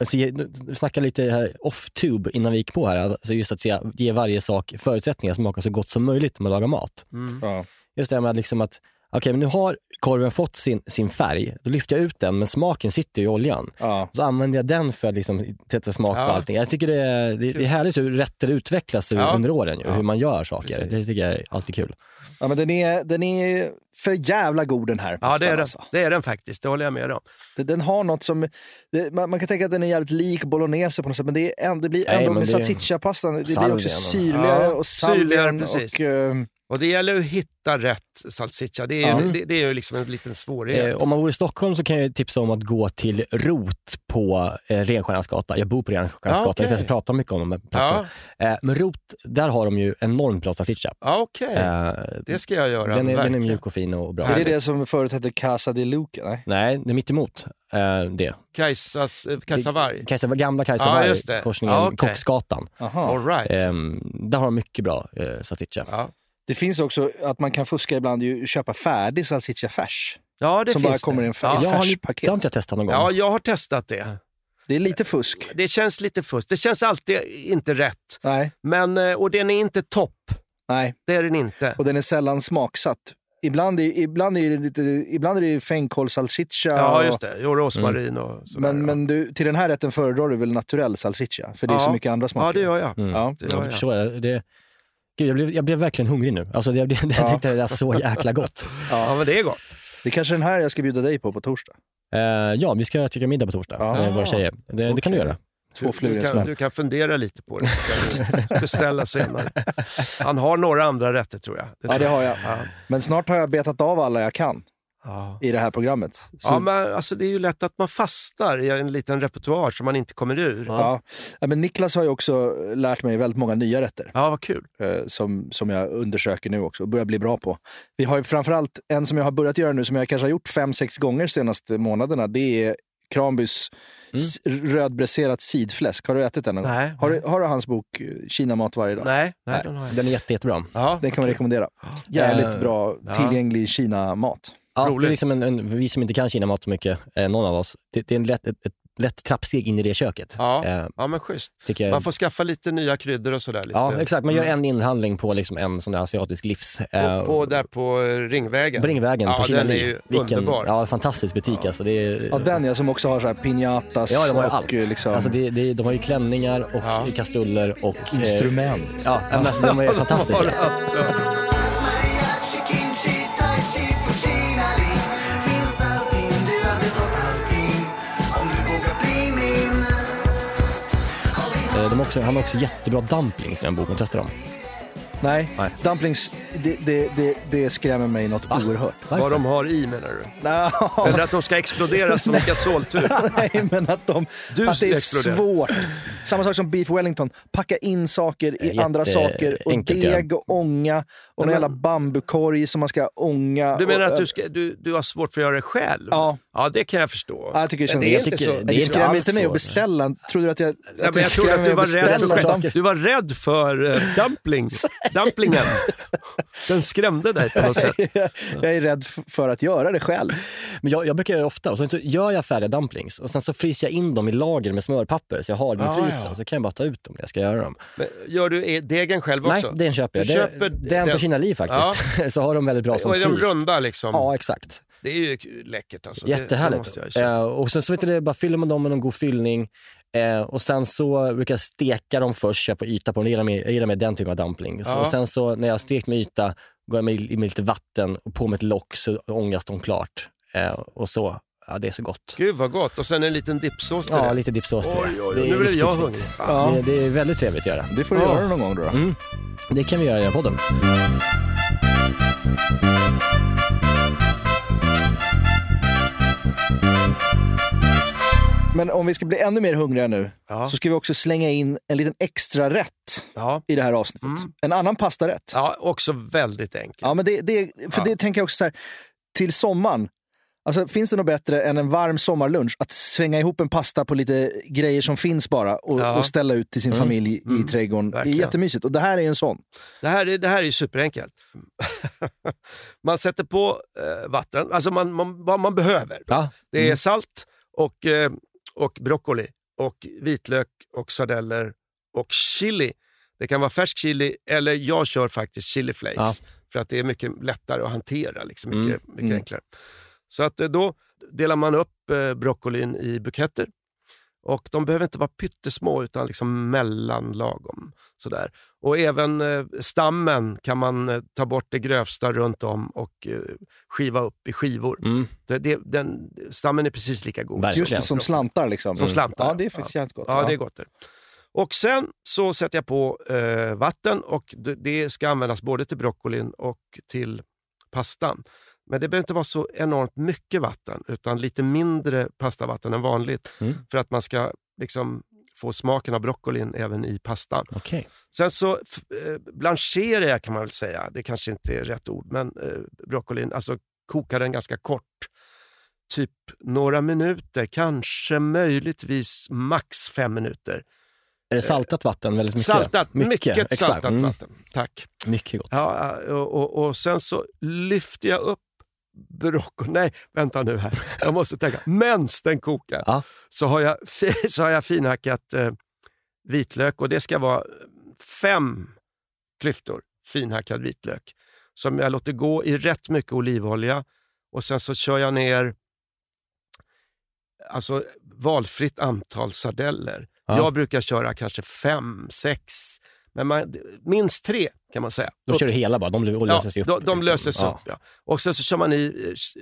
D: Alltså, ge- vi snackade lite här off-tube innan vi gick på här. Alltså just att se, ge varje sak förutsättningar som smakar så gott som möjligt när man lagar mat.
C: Mm.
E: ja.
D: Just det här med liksom att okej men nu har korven fått sin, sin färg. Då lyfter jag ut den, men smaken sitter ju i oljan.
E: Ja.
D: Så använder jag den för att liksom tätta smak
C: Ja.
D: på allting. Jag tycker det är, det, det är härligt hur rätter utvecklas
C: Ja.
D: under åren, ju,
C: Ja.
D: hur man gör saker.
C: Precis.
D: Det tycker jag är alltid kul.
E: Ja, men den, är, den är för jävla god den här.
C: Ja, det
E: pastan,
C: är den,
E: alltså.
C: det är den faktiskt. Det håller jag med om.
E: Den- Den har något som... Det, man, man kan tänka att den är jävligt lik bolognese på något sätt, men det, är en, det blir
D: Nej,
E: ändå
D: men
E: med
D: det är-
E: salsicciapastan, det blir
D: Salvia,
E: också
D: men-
E: syrligare
C: Ja,
E: och
C: syrligare,
E: salvian
C: precis.
E: och... eh,
C: Och det gäller att hitta rätt salsiccia. Det är ju,
D: Ja.
C: det, det är ju liksom en liten svårighet.
D: Eh, om man bor i Stockholm så kan jag tipsa om att gå till ROT på eh, Renstjärnansgatan. Jag bor på Renstjärnansgatan,
C: Ja, okej.
D: det finns att prata mycket om de här platserna.
C: ja,
D: Eh, men ROT, där har de ju enormt bra salsiccia.
C: ja okej.
D: Eh,
C: det ska jag göra.
D: den, är, den är
C: verkligen.
D: mjuk och fin och bra.
E: Är det
C: Härligt.
E: det som förut hette Casa di Luca? Nej.
D: Nej, det är mittemot eh, det.
C: Kajsas, eh, Kajsavarg.
D: Kajsa, gamla Kajsa
C: Ja,
D: Warg,
C: just det.
D: korsningen
C: Ja, okej.
D: Koksgatan.
E: Aha.
C: All right.
D: Eh, där har de mycket bra eh, salsiccia.
C: Ja.
E: Det finns också att man kan fuska ibland ju köpa färdig salsiccia färs.
C: ja, det
E: som
C: finns
E: bara
C: det.
E: kommer i en fär-
C: Ja.
E: i
D: Jag har,
E: färspaket.
D: det har inte jag testat någon gång.
C: Ja, jag har testat det.
E: Det är lite fusk.
C: Det känns lite fusk. Det känns alltid inte rätt.
E: Nej,
C: Men, eh, och den är inte topp.
E: nej.
C: Det är den inte.
E: Och den är sällan smaksatt. Ibland är, ibland är det, lite, ibland är det ju fänkålssalsiccia.
C: Ja,
E: och-
C: just det. Och rosmarin och sådär.
E: Men, men du, till den här rätten föredrar du väl naturell salsiccia? För det är
C: Ja.
E: så mycket andra
C: ja. ja,
E: smaker.
C: det gör jag.
D: Mm.
E: Ja.
C: Det
D: Jag
C: gör jag.
D: förstår det. det Gud, jag, blev, jag blev verkligen hungrig nu. Alltså, det, jag, blev, jag
E: Ja.
D: tyckte det där så jäkla gott.
C: Ja, men det är gott.
E: Det är kanske den här jag ska bjuda dig på på torsdag.
D: Eh, ja, vi ska käka middag på torsdag,
C: Ah,
E: Ja.
D: eh, våra tjejer. Det, det kan du göra.
E: Två flugor i
C: du,
E: en
C: kan,
E: smäll.
C: du kan fundera lite på det. så kan du Beställa senare. Han har några andra rätter tror jag.
E: Ja, det
C: tror
E: har jag.
C: Ja.
E: Men snart har jag betat av alla jag kan
C: Ja.
E: i det här programmet. Så,
C: Ja, men alltså, det är ju lätt att man fastnar i en liten repertoar som man inte kommer ur. Ja,
E: ja. Ja, men Niklas har ju också lärt mig väldigt många nya rätter
C: vad kul.
E: eh, som, som jag undersöker nu också och börjar bli bra på. Vi har ju framförallt en som jag har börjat göra nu som jag kanske har gjort fem, sex gånger de senaste månaderna. Det är Kranbys
D: Mm.
E: s- rödbräserat sidfläsk. Har du ätit den någon gång?
C: Nej,
E: Har du, har du hans bok eh, Kina mat varje dag?
C: Nej, nej, den har jag.
D: Den är jätte, jättebra.
C: Ja,
E: Den kan man rekommendera. Jävligt
D: Eh,
E: bra
C: ja.
E: tillgänglig Kina-mat.
D: Ja, det är
C: Roligt.
D: liksom en, en, vi som inte kan Kina mat så mycket, eh, någon av oss, det, det är en lätt, ett, ett lätt trappsteg in i det köket.
C: Ja.
D: Eh,
C: Ja, men schysst.
D: tycker jag.
C: Man får skaffa lite nya kryddor och sådär. Lite. Mm.
D: Ja, exakt. Man gör en inhandling på liksom en sån där asiatisk livs... eh,
C: Och på, där på eh, Ringvägen.
D: Bringvägen
C: ja,
D: på Kina
C: den är
D: Li.
C: ju
D: Vilken-
C: underbar.
D: Ja, fantastisk butik alltså. Det är,
E: Ja, den ja, som också har så här piñatas
D: Ja, de har ju
E: och
D: allt.
E: eh, liksom,
D: Alltså det, det, de har ju klänningar och
C: Ja.
D: kastruller och... eh,
E: instrument.
D: Ja, men alltså, de är fantastiska. Eh, Eh, De har också, han har också jättebra dumplings i den boken, testa dem.
E: Nej, dumplings, det, det, det, det skrämmer mig något oerhört.
C: Vad de har i menar du?
E: Nej,
C: Eller att de ska explodera som en gasoltub.
E: Nej, men att, de,
C: Du
E: att det är
C: exploderar.
E: svårt. Samma sak som beef wellington. Packa in saker i
D: Jätte-
E: andra saker. Och
D: enkelt, ja.
E: deg och ånga. Och en jävla bambukorg som man ska ånga.
C: Du menar
E: och,
C: att du, ska, du, du har svårt för att göra det själv?
E: Ja.
C: Ja, det kan jag förstå.
E: Ja, jag tycker det
C: Men
E: känns... Det,
C: det är inte
D: tycker-
C: så-
D: det är
E: det skrämmer
D: alls
E: inte mig
D: så.
E: att beställa. Tror du att jag, att
C: Ja, men
E: det
C: jag trodde
E: skrämmer
C: att du
E: mig
C: var, rädd
E: beställa
C: för,
E: saker?
C: du var rädd för eh, dumpling, dumplingen. Den skrämde dig på något sätt.
E: Jag är rädd f- för att göra det själv.
D: Men jag, jag brukar göra det ofta. Och sen så gör jag färdiga dumplings och sen så fryser jag in dem i lager med smörpapper så jag har dem i
C: Ah,
D: frysen.
C: ja.
D: Så kan jag bara ta ut dem när jag ska göra dem.
C: Men Gör du e- degen själv
D: Nej,
C: också?
D: den köper jag.
C: Du
D: Det-
C: köper
D: den på
C: den.
D: Kina Li faktiskt. så har de väldigt bra som
C: Och är de
D: fryst.
C: runda liksom?
D: Ja, exakt.
C: Det är ju k- läckert alltså. Det- Det
D: Jättehärligt.
C: måste jag erkänna.
D: Eh, och sen så vet du, det, bara fyller man dem med någon god fyllning. Eh, och sen så brukar jag steka dem först, så jag får yta på dem. Jag gillar mer, jag gillar mer den typen av dumpling. Så,
C: Ja.
D: Och sen så när jag har stekt med yta, går jag med, i med lite vatten och på med ett lock så ångas de klart. Eh, och så, ja det är så gott.
C: Gud vad gott. Och sen en liten dippsås till
D: Ja,
C: det.
D: lite dippsås till
C: Oj,
D: det.
C: oj,
D: Det
C: oj.
D: är
C: Nu blev
D: riktigt
C: jag
D: fint.
C: hungrig. Fan.
E: Ja.
D: Det, det är väldigt trevligt att göra.
E: Det får du göra någon gång då. då.
D: Mm. Det kan vi göra i den här podden.
E: Men om vi ska bli ännu mer hungriga nu
C: Ja.
E: så ska vi också slänga in en liten extra rätt
C: Ja.
E: i det här avsnittet.
C: Mm.
E: En annan pastarätt.
C: ja, också väldigt enkelt.
E: Ja, men det, det, för
C: Ja.
E: det tänker jag också så här, till sommaren. Alltså, finns det något bättre än en varm sommarlunch? Att svänga ihop en pasta på lite grejer som finns bara och,
C: Ja. Mm.
E: och ställa ut till sin familj i trädgården.
C: verkligen.
E: Det är jättemysigt. Och det här är en sån.
C: Det här är, det här är ju superenkelt. man sätter på eh, vatten, alltså man, man, vad man behöver.
D: Ja.
C: Det är salt och, eh, och broccoli och vitlök och sardeller och chili. Det kan vara färsk chili eller jag kör faktiskt chili flakes för att det är mycket lättare att hantera. Liksom, mycket mycket enklare. Så att eh, då delar man upp eh, broccolin i buketter. Och De behöver inte vara pyttesmå utan liksom mellanlagom. Sådär. Och även eh, stammen kan man eh, ta bort det grövsta runt om och eh, skiva upp i skivor.
D: Mm.
C: Det, det, den, stammen är precis lika god.
D: Verkligen.
E: Just det, som slantar liksom.
C: Som slantar.
E: Ja, det är faktiskt jävligt gott.
C: Ja, det är gott. Det. Och sen så sätter jag på eh, vatten och det, det ska användas både till broccolin och till pastan. Men det behöver inte vara så enormt mycket vatten utan lite mindre pastavatten än vanligt
D: Mm.
C: för att man ska liksom få smaken av broccolin även i pastan.
D: Okej.
C: Sen så f- eh, blancherar jag kan man väl säga, det kanske inte är rätt ord, men eh, broccolin, alltså kokar den ganska kort. Typ några minuter, kanske möjligtvis max fem minuter.
D: Är det saltat vatten väldigt mycket?
C: Saltat, mycket,
D: exakt.
C: saltat
D: Mm.
C: vatten. Tack.
D: Mycket gott.
C: Ja, eh, och, och, och sen så lyfter jag upp broccolin, nej vänta nu här, jag måste tänka. Mens den kokar
D: Ja.
C: så, har jag, fi- så har jag finhackat eh, vitlök och det ska vara fem klyftor finhackad vitlök som jag låter gå i rätt mycket olivolja och sen så kör jag ner alltså valfritt antal sardeller.
D: Ja.
C: Jag brukar köra kanske fem, sex, men man, minst tre kan man säga.
D: Då
C: Upp-
D: kör du hela bara, de löser sig upp.
C: de, de
D: liksom.
C: löses
D: Ja.
C: upp, ja. Och sen så kör man i eh, ch-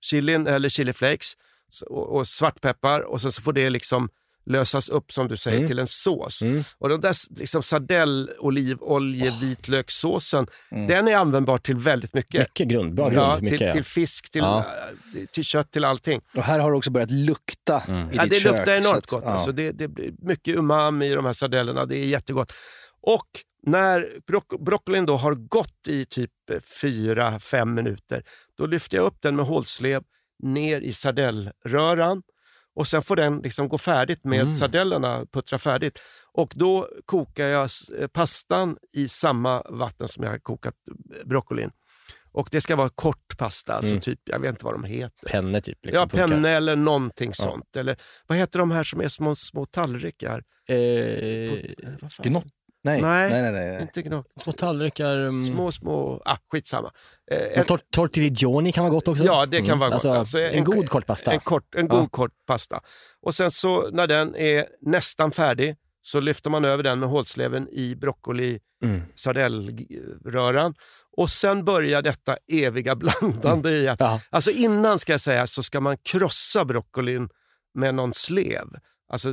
C: chilin eller chiliflakes så- och, och svartpeppar och sen så får det liksom lösas upp som du säger
D: Mm.
C: till en sås.
D: Mm.
C: Och den där s- liksom sardell, olivolje, vitlökssåsen, den är användbar till väldigt mycket.
D: Mm. Mycket grund, bra grund.
C: Ja,
D: mycket,
C: till, till fisk, till,
D: Ja.
C: eh, till kött, till allting.
E: Och här har det också börjat lukta Mm. i ditt
C: Mm. Ja, det
E: kök,
C: luktar
E: så
C: enormt
E: att-
C: gott.
E: ja.
C: Alltså, det, det blir mycket umami i de här sardellerna. Det är jättegott. Och när brock- broccolin då har gått i typ 4-5 minuter, då lyfter jag upp den med hålslev ner i sardellröran och sen får den liksom gå färdigt med
E: Mm.
C: sardellerna, puttra färdigt. Och då eh, kokar jag s- pastan i samma vatten som jag har kokat eh, broccolin. Och det ska vara kort pasta, alltså
D: Mm.
C: typ, jag vet inte vad de heter.
D: Penne typ. Liksom,
C: ja,
D: funkar.
C: penne eller någonting sånt. Eller vad heter de här som är små, små tallrikar?
D: Eh,
C: På- eh, vad fan?
E: Gnott. Nej,
C: Nej.
E: nej, nej. nej, nej.
C: Inte gnock.
D: små tallrikar. Um,
C: Små, små... Ah, skitsamma. Eh,
D: men
C: ett-
D: tor- tortigligioni kan vara gott också.
C: Ja, det kan
D: Mm.
C: vara gott.
D: Alltså,
C: Alltså,
D: en,
C: en-
D: god kortpasta.
C: En, kort, en god kort pasta. Och sen så när den är nästan färdig så lyfter man över den med hålsleven i broccoli
D: Mm.
C: sardellröran. Och sen börjar detta eviga blandande igen.
D: Ja.
C: Alltså innan ska jag säga så ska man krossa broccolin med någon slev. Alltså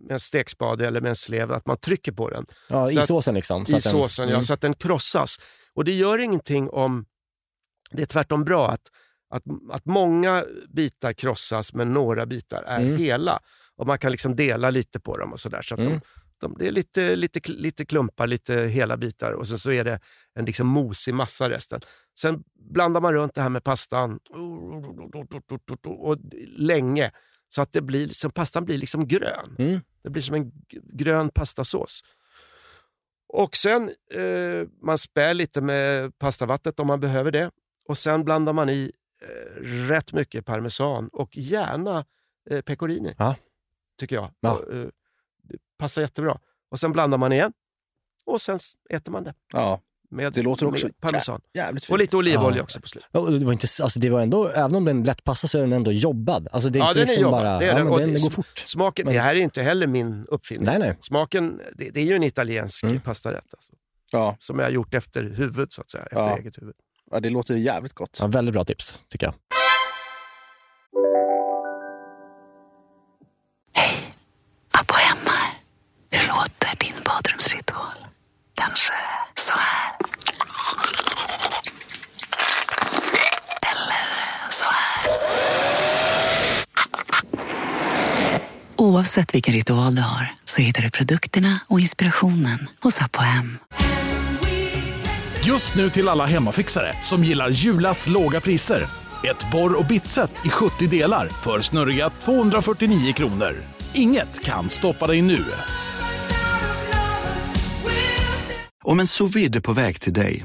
C: med en stekspade eller med en slev, att man trycker på den
D: ja, I
C: så att-
D: såsen liksom.
C: i
D: att den-
C: såsen, ja,
D: Mm.
C: så att den krossas. Och det gör ingenting om... Det är tvärtom bra att, att, att många bitar krossas men några bitar är
D: Mm.
C: hela. Och man kan liksom dela lite på dem och sådär. Så att
D: Mm.
C: de, de, det är lite, lite, kl- lite klumpar, lite hela bitar och sen så är det en liksom mosig massa resten. Sen blandar man runt det här med pastan och länge så att det blir, så pastan blir liksom grön.
D: Mm.
C: Det blir som en g- grön pastasås. Och sen eh, man spär lite med pastavattnet om man behöver det. Och sen blandar man i eh, rätt mycket parmesan och gärna eh, pecorini.
D: Ja.
C: Tycker jag.
D: Ja.
C: Och, eh, det passar jättebra. Och sen blandar man igen. Och sen s- äter man det
E: Ja,
C: med,
E: Det låter också
C: med parmesan.
E: jävligt
C: Och
E: fint.
C: lite olivolja
D: Ja.
C: också på slutet.
D: Ja, och Det var inte, alltså det var ändå, även om den är lättpassad så är den ändå jobbad. Alltså det är
C: Ja,
D: inte
C: den är
D: liksom
C: jobbad.
D: bara,
C: Det är
D: ja,
C: den.
D: men
C: Och
D: den,
C: det-
D: går fort.
C: Smaken,
D: Men-
C: det här är inte heller min uppfinning.
D: Nej, nej.
C: Smaken, det, det är ju en italiensk
D: Mm.
C: pastarätt. Alltså,
E: Ja,
C: som jag har gjort efter huvud, så att säga. Efter
E: Ja.
C: eget huvud.
E: ja, det låter jävligt gott.
D: Ja, väldigt bra tips, tycker jag.
B: Abba hemma. Hur låter din badrumsritual? Kanske så här. Eller så här. Oavsett vilken ritual du har så hittar du produkterna och inspirationen hos Apohem.
A: Just nu till alla hemmafixare som gillar Julas låga priser. Ett borr och bitset i 70 delar för snurriga 249 kronor. Inget kan stoppa dig nu.
I: Om en sous vide är på väg till dig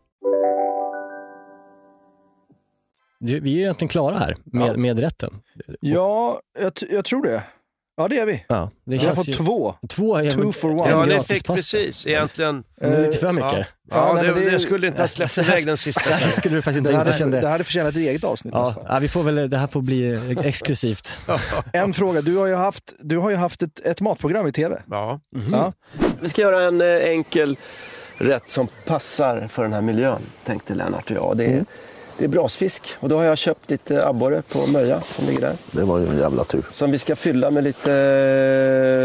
D: Du, Vi är ju egentligen klara här med,
E: Ja.
D: med rätten.
E: Ja, jag, t- jag tror det. Ja, det är vi.
D: Ja, det
E: Vi har
D: känns
E: fått
D: ju,
E: två.
D: två, ja, men-
E: Two for one.
C: Ja,
D: En Eh,
C: ni
D: gratis
C: fick
D: pasta.
C: precis egentligen.
D: men lite för mycket.
C: Ja,
E: Eh, Ja, nej,
C: det,
E: men det-
C: det skulle inte ha släppts iväg den sista.
D: Det skulle du faktiskt inte
E: Det
D: ha gjort. Jag
E: hade, det
D: kände,
E: hade förtjänat ett eget avsnitt
D: ja,
E: nästan.
D: ja, vi får väl, det här får bli exklusivt.
E: En fråga. Du har ju haft, du har ju haft ett, ett matprogram i tv.
C: Ja.
E: Ja.
I: Vi ska göra en eh, enkel rätt som passar för den här miljön, tänkte Lennart och jag. Det är, det är brasfisk och då har jag köpt lite abborre på Möja som ligger där. Det var ju en jävla tur. Som vi ska fylla med lite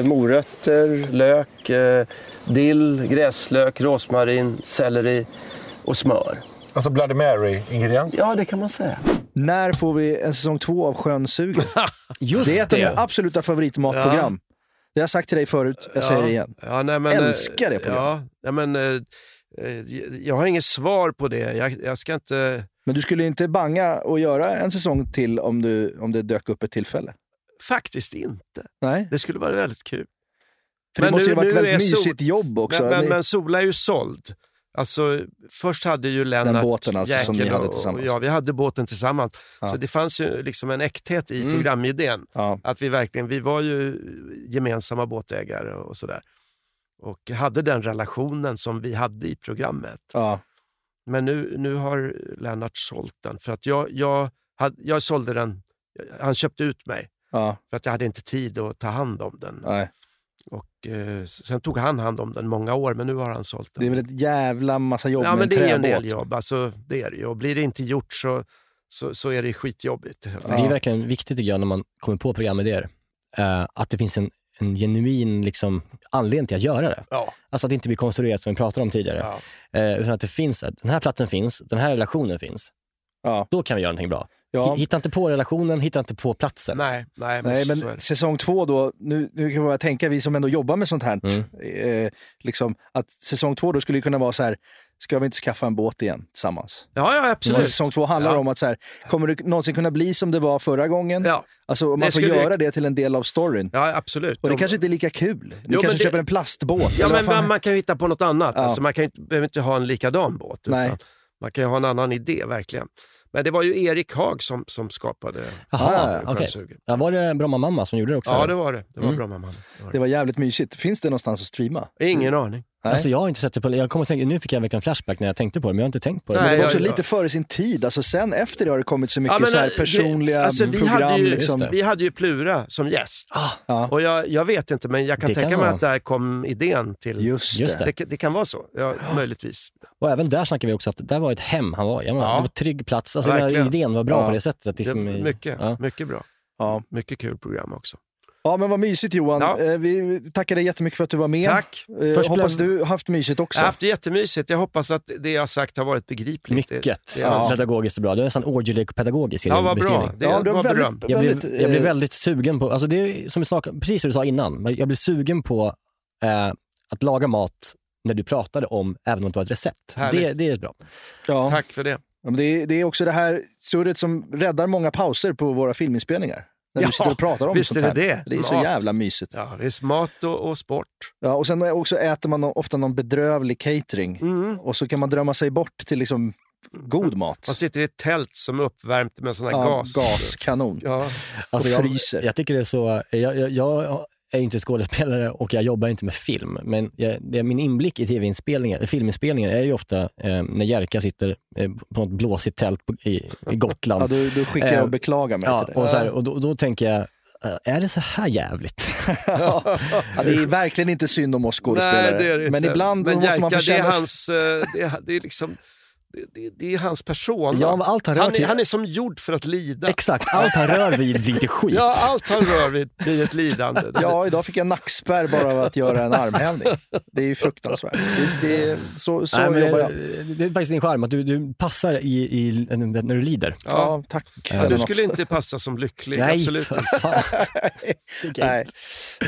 I: eh, morötter, lök, eh, dill, gräslök, rosmarin, selleri och smör.
J: Alltså Bloody Mary-ingrediens.
I: Ja, det kan man säga.
E: När får vi en säsong två av Sjön suger?
D: Just
E: Det är
D: det!
E: ett av mina absoluta favoritmatprogram. Det har jag sagt till dig förut, jag säger det igen.
C: Ja, nej, men, eh,
E: Älskar det programmet.
C: Ja, nej, men, eh, eh, jag har inget svar på det. Jag, jag ska inte...
E: Men du skulle inte banga och göra en säsong till om, du, om det dök upp ett tillfälle?
C: Faktiskt inte.
E: Nej,
C: Det skulle vara väldigt kul.
E: för det
C: Men
E: måste ju
C: nu-
E: ha varit
C: nu
E: väldigt
C: är sol-
E: mysigt jobb också.
C: Men, men,
E: Ni-
C: men Sola är ju såld. Alltså, först hade ju Lennart
E: den båten alltså som ni
C: Jäkel
E: hade
C: och-
E: tillsammans.
C: Och, ja, vi hade båten tillsammans.
E: Ja. Mm.
C: Så det fanns ju liksom en äkthet i programidén.
E: Ja.
C: Att vi verkligen, vi var ju gemensamma båtägare och sådär. Och hade den relationen som vi hade i programmet.
E: Ja.
C: Men nu, nu har Lennart sålt den. För att jag, jag, hade, jag sålde den, han köpte ut mig.
E: Ja,
C: För att jag hade inte tid att ta hand om den.
E: nej.
C: Och, eh, sen tog han hand om den många år, men nu har han sålt den.
E: Det är väl ett jävla massa jobb
C: ja,
E: med
C: men
E: en
C: det är en del
E: träbåt.
C: jobb. Alltså, det är det ju. Och blir det inte gjort så, så, så är det skitjobbigt. helt
D: Det
C: enkelt.
D: är ju verkligen viktigt tycker jag när man kommer på programidéer, eh, att det finns en, en genuin liksom, anledning till att göra det.
C: Ja.
D: Alltså att det inte blir konstruerat som vi pratade om tidigare.
C: Ja.
D: Eh, utan att det finns, att den här platsen finns, den här relationen finns.
E: Ja.
D: Då kan vi göra någonting bra.
E: Ja.
D: Hi- Hitta inte på relationen, hitta inte på platsen.
C: Nej, nej,
E: Nej, men säsong två då, nu, nu kan man bara tänka, vi som ändå jobbar med sånt här,
C: Mm.
E: eh, liksom, att säsong två då skulle ju kunna vara så här, ska vi inte skaffa en båt igen tillsammans?
C: Ja, ja absolut.
E: Och Säsong två handlar
C: Ja.
E: om att så här, kommer du någonsin kunna bli som det var förra gången?
C: Ja.
E: Alltså om man
C: Det
E: får
C: skulle-
E: göra det till en del av storyn.
C: Ja, absolut.
E: Och det
C: Om-
E: kanske inte är lika kul. Ni
C: Jo, men
E: kanske
C: det-
E: köper en plastbåt.
C: Ja,
E: eller
C: men
E: vad fan-
C: man, man kan ju hitta på något annat.
E: Ja.
C: Alltså, man kan ju, inte- behöver inte ha en likadan båt.
E: Nej.
C: Utan man kan ju ha en annan idé, verkligen. Men det var ju Erik Haag som, som skapade
D: Jaha,
C: eh,
D: okej.
C: Sjösugen.
D: Ja, var det Bromma mamma som gjorde det också?
C: Ja,
D: eller?
C: det var det. Det var
D: Mm.
C: bra mamma.
E: Det var jävligt mysigt. Finns det någonstans att streama?
C: Ingen aning.
E: Nej.
D: Alltså jag har inte sett det på... Jag kommer att tänka, nu fick jag verkligen flashback när jag tänkte på det, men jag har inte tänkt på det.
E: men det
D: Men
E: var
D: jag-
E: också lite före sin tid. Alltså sen efter det har det kommit så mycket
C: Ja, men,
E: så här
C: eh, det-
E: personliga
C: alltså, vi
E: program.
C: Hade ju,
E: liksom. Ah.
C: Vi hade ju Plura som gäst.
E: Ja.
C: Och jag, jag vet inte, men jag kan
D: Det
C: tänka
D: kan
C: mig
D: vara.
C: att där kom idén till...
E: Just
D: Just det. det.
C: Det, det kan vara så, ja, möjligtvis.
D: Och även där snackar vi också att det var ett hem han var i. Jag menar,
C: Ja.
D: Det var trygg plats. Alltså,
C: Ja,
D: den här
C: verkligen.
D: idén var bra
E: Ja.
D: på det sättet. Att
C: Det,
D: liksom, i-
C: mycket,
D: Ja.
C: mycket bra.
E: Ja.
C: Mycket kul program också.
E: Ja, men vad mysigt Johan.
C: Ja.
E: Eh, Vi tackar dig jättemycket för att du var med.
C: Tack.
E: Eh,
D: Först
E: hoppas
D: blev-
E: du haft mysigt
C: Jag
E: också.
C: har haft det jättemysigt. Jag hoppas att det jag har sagt har varit begripligt.
D: Mycket
C: Det, det,
E: Ja.
D: pedagogiskt och bra. Det är nästan orgielig pedagogisk i
C: ja,
D: din
C: vad
D: beskrivning.
C: bra. Det
E: Ja, du har
C: var
E: väldigt-
C: beröm.
D: Jag blev,
E: Väldigt,
D: jag blev
E: eh,
D: väldigt sugen på, alltså det är som vi snackade, precis som du sa innan, men jag blev sugen på eh, att laga mat när du pratade om, även om det var ett recept.
C: Härligt.
D: Det, det är bra.
E: Ja.
C: Tack för det.
E: Ja, men Det, är, det är också det här surret som räddar många pauser på våra filminspelningar. När
C: Ja,
E: vi sitter och pratar om
C: visst
E: sånt
C: är
E: här.
C: det det.
E: är så
C: Mat.
E: jävla mysigt. Ja.
C: Ja, det är smart och, och sport.
E: och sen också äter man no- ofta någon bedrövlig catering.
C: Mm.
E: Och så kan man drömma sig bort till liksom god mat.
C: Man sitter i ett tält som är uppvärmt med sån här
E: Ja,
C: gas.
E: gaskanon.
C: Ja.
D: Alltså
E: och
D: jag,
E: fryser.
D: jag tycker det är så, jag, jag, jag är ju inte skådespelare och jag jobbar inte med film, men jag, det, min inblick i tv-inspelningar, filminspelningar är ju ofta eh, när Jerka sitter eh, på något blåsigt tält på, i, i Gotland.
E: Ja, då, då skickar jag
D: Eh,
E: och beklagar mig
D: Ja,
E: till dig.
D: och, så här, och då, då tänker jag, eh, är det så här jävligt?
E: Ja, det är verkligen inte synd om oss skådespelare.
C: Nej, det är det
E: Men
C: inte.
E: ibland
C: Men
E: måste man
C: Jerka,
E: få känna...
C: Det är hans, eh, det är, det är liksom... Det, det, det är hans person.
D: Ja, men allt han rör
C: han, är,
D: till-
C: han är som gjord för att lida.
D: Exakt, allt han rör vid blir till skit.
C: Ja, allt han rör vid blir ett lidande. Det-
E: Ja, idag fick jag nackspärr bara av att göra en armhävning. Det är ju fruktansvärt. Det, det, är- så så
D: Nej, men
E: jobbar jag.
D: det- Det är faktiskt din charm, att du, du passar i, i, när du lider.
E: Ja, tack.
C: Ja,
E: Eller
C: du
E: något.
C: skulle inte passa som lycklig.
D: Nej,
C: absolut.
D: för fan.
E: Nej.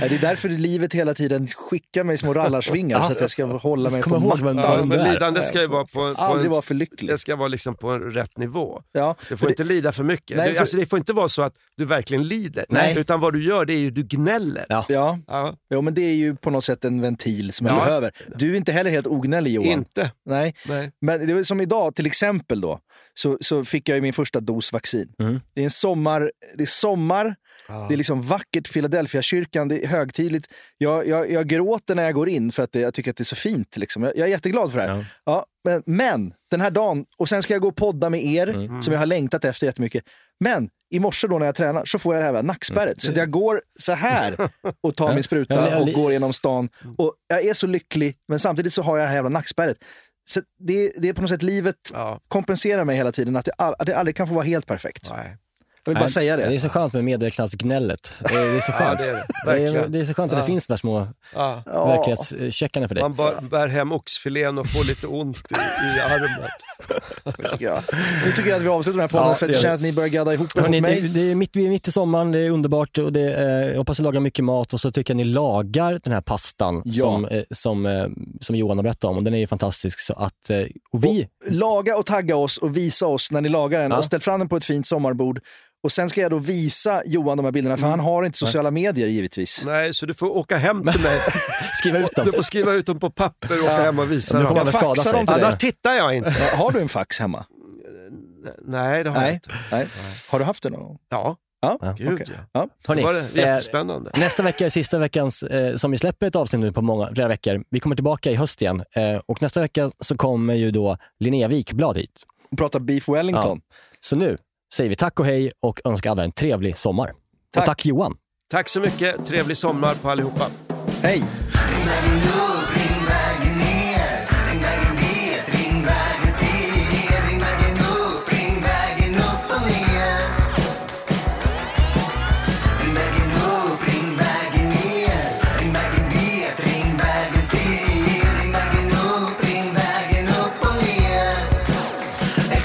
E: Nej, Det är därför livet hela tiden skickar mig små rallarsvingar så att jag ska hålla mig
D: Kom
E: på
D: ihåg
E: mattan.
D: vad en
C: Ja,
D: dröm
C: men
D: är.
C: lidande ska ju vara på, på
E: Aldrig
C: en,
E: vara för lycklig.
C: det ska vara liksom på en rätt nivå.
E: Ja,
C: Du
E: för
C: får
E: det-
C: inte lida för mycket.
E: Nej,
C: du,
E: för-
C: alltså, det får inte vara så att du verkligen lider.
E: Nej.
C: Utan vad du gör det är ju du gnäller.
D: Ja.
E: Ja,
C: Ja,
E: ja, men det är ju på något sätt en ventil som jag
C: Ja.
E: behöver. Du är inte heller helt ognällig Johan.
C: inte.
E: Nej.
C: Nej.
E: Men det var som idag, till exempel, då, så, så fick jag ju min första dos vaccin.
D: Mm.
E: Det är en sommar, det är, sommar det är liksom vackert, Philadelphia-kyrkan, det är högtidligt. Jag, jag, jag gråter när jag går in för att det, jag tycker att det är så fint. Liksom. Jag, jag är jätteglad för det här. Ja. men, men den här dagen, och sen ska jag gå och podda med er,
D: Mm.
E: som jag har längtat efter jättemycket. Men i morse då när jag tränar så får jag det här nackspärret. Så att jag går så här och tar min
D: Mm. Ja,
E: spruta
D: men-
E: och går genom stan. Och jag är så lycklig, men samtidigt så har jag det här jävla nackspärret. Så det, det är på något sätt livet
C: Ja.
E: kompenserar mig hela tiden, att det, all, att det aldrig kan få vara helt perfekt.
C: Nej.
E: Jag vill bara
D: Nej,
E: säga det.
D: Det är så skönt med medelklassgnället. Det är det är så skönt.
C: det är det.
D: det, är,
C: Verkligen.
D: det är så skönt att det finns de här små
C: Ja.
E: Ja.
D: verklighetscheckarna för dig.
C: Man bär, bär hem oxfilén och får lite ont i, i armen.
E: tycker jag. Nu tycker jag att vi avslutar den här podden för
D: Ja,
E: att
D: det
E: jag
D: gör
E: känner att ni börjar gadda ihop er
D: Hörrni,
E: mot
D: det,
E: mig.
D: det är mitt, vi är mitt i sommaren, det är underbart och det, eh, jag hoppas ni lagar mycket mat och så tycker jag ni lagar den här pastan
E: Ja.
D: som, eh, som, eh, som Johan har berättat om. Och den är ju fantastisk. Så att, eh, och vi,
E: Laga och tagga oss och visa oss när ni lagar den.
D: Ja.
E: Och ställ fram den på ett fint sommarbord. Och sen ska jag då visa Johan de här bilderna,
D: Mm.
E: för han har inte sociala medier givetvis.
C: Nej, så du får åka hem till mig.
D: skriva ut
C: Du
D: dem.
C: får skriva ut dem på papper och åka hem och visa
D: Nu
C: dem.
D: kommer
E: Jag
D: alla skada
E: faxar
D: sig.
E: dem till dig.
C: Annars tittar jag inte.
E: Ja, Har du en fax hemma?
C: Nej, det har jag
E: Nej.
C: inte.
E: Nej. Har du haft det någon gång?
C: Ja,
E: Ja,
C: gud
E: okej.
C: ja.
E: ja.
C: det
D: Hörrni,
C: var det.
D: eh,
C: jättespännande.
D: Nästa vecka är sista veckans eh, som vi släpper ett avsnitt nu på många, flera veckor. Vi kommer tillbaka i höst igen eh, och nästa vecka så kommer ju då Linnea Wikblad hit.
E: Och Prata beef Wellington.
D: Så nu säger vi tack och hej och önskar alla en trevlig sommar.
E: Tack.
D: Och tack Johan.
C: Tack så mycket. Trevlig sommar på allihopa.
E: Hej!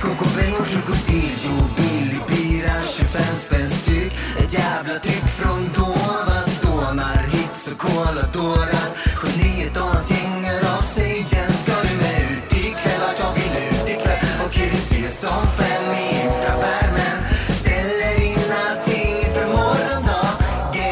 K: Coco vem o Rico Tijo, o Billy Pira. Ett jävla tryck från dova stånar, hicks och koladårar. Geniet och hans gäng hör av sig igen. Ska du med ut ikväll? Att jag vill ut ikväll. Okej, vi ses om fem i infravärmen. Ställer in allting inför morgondagen.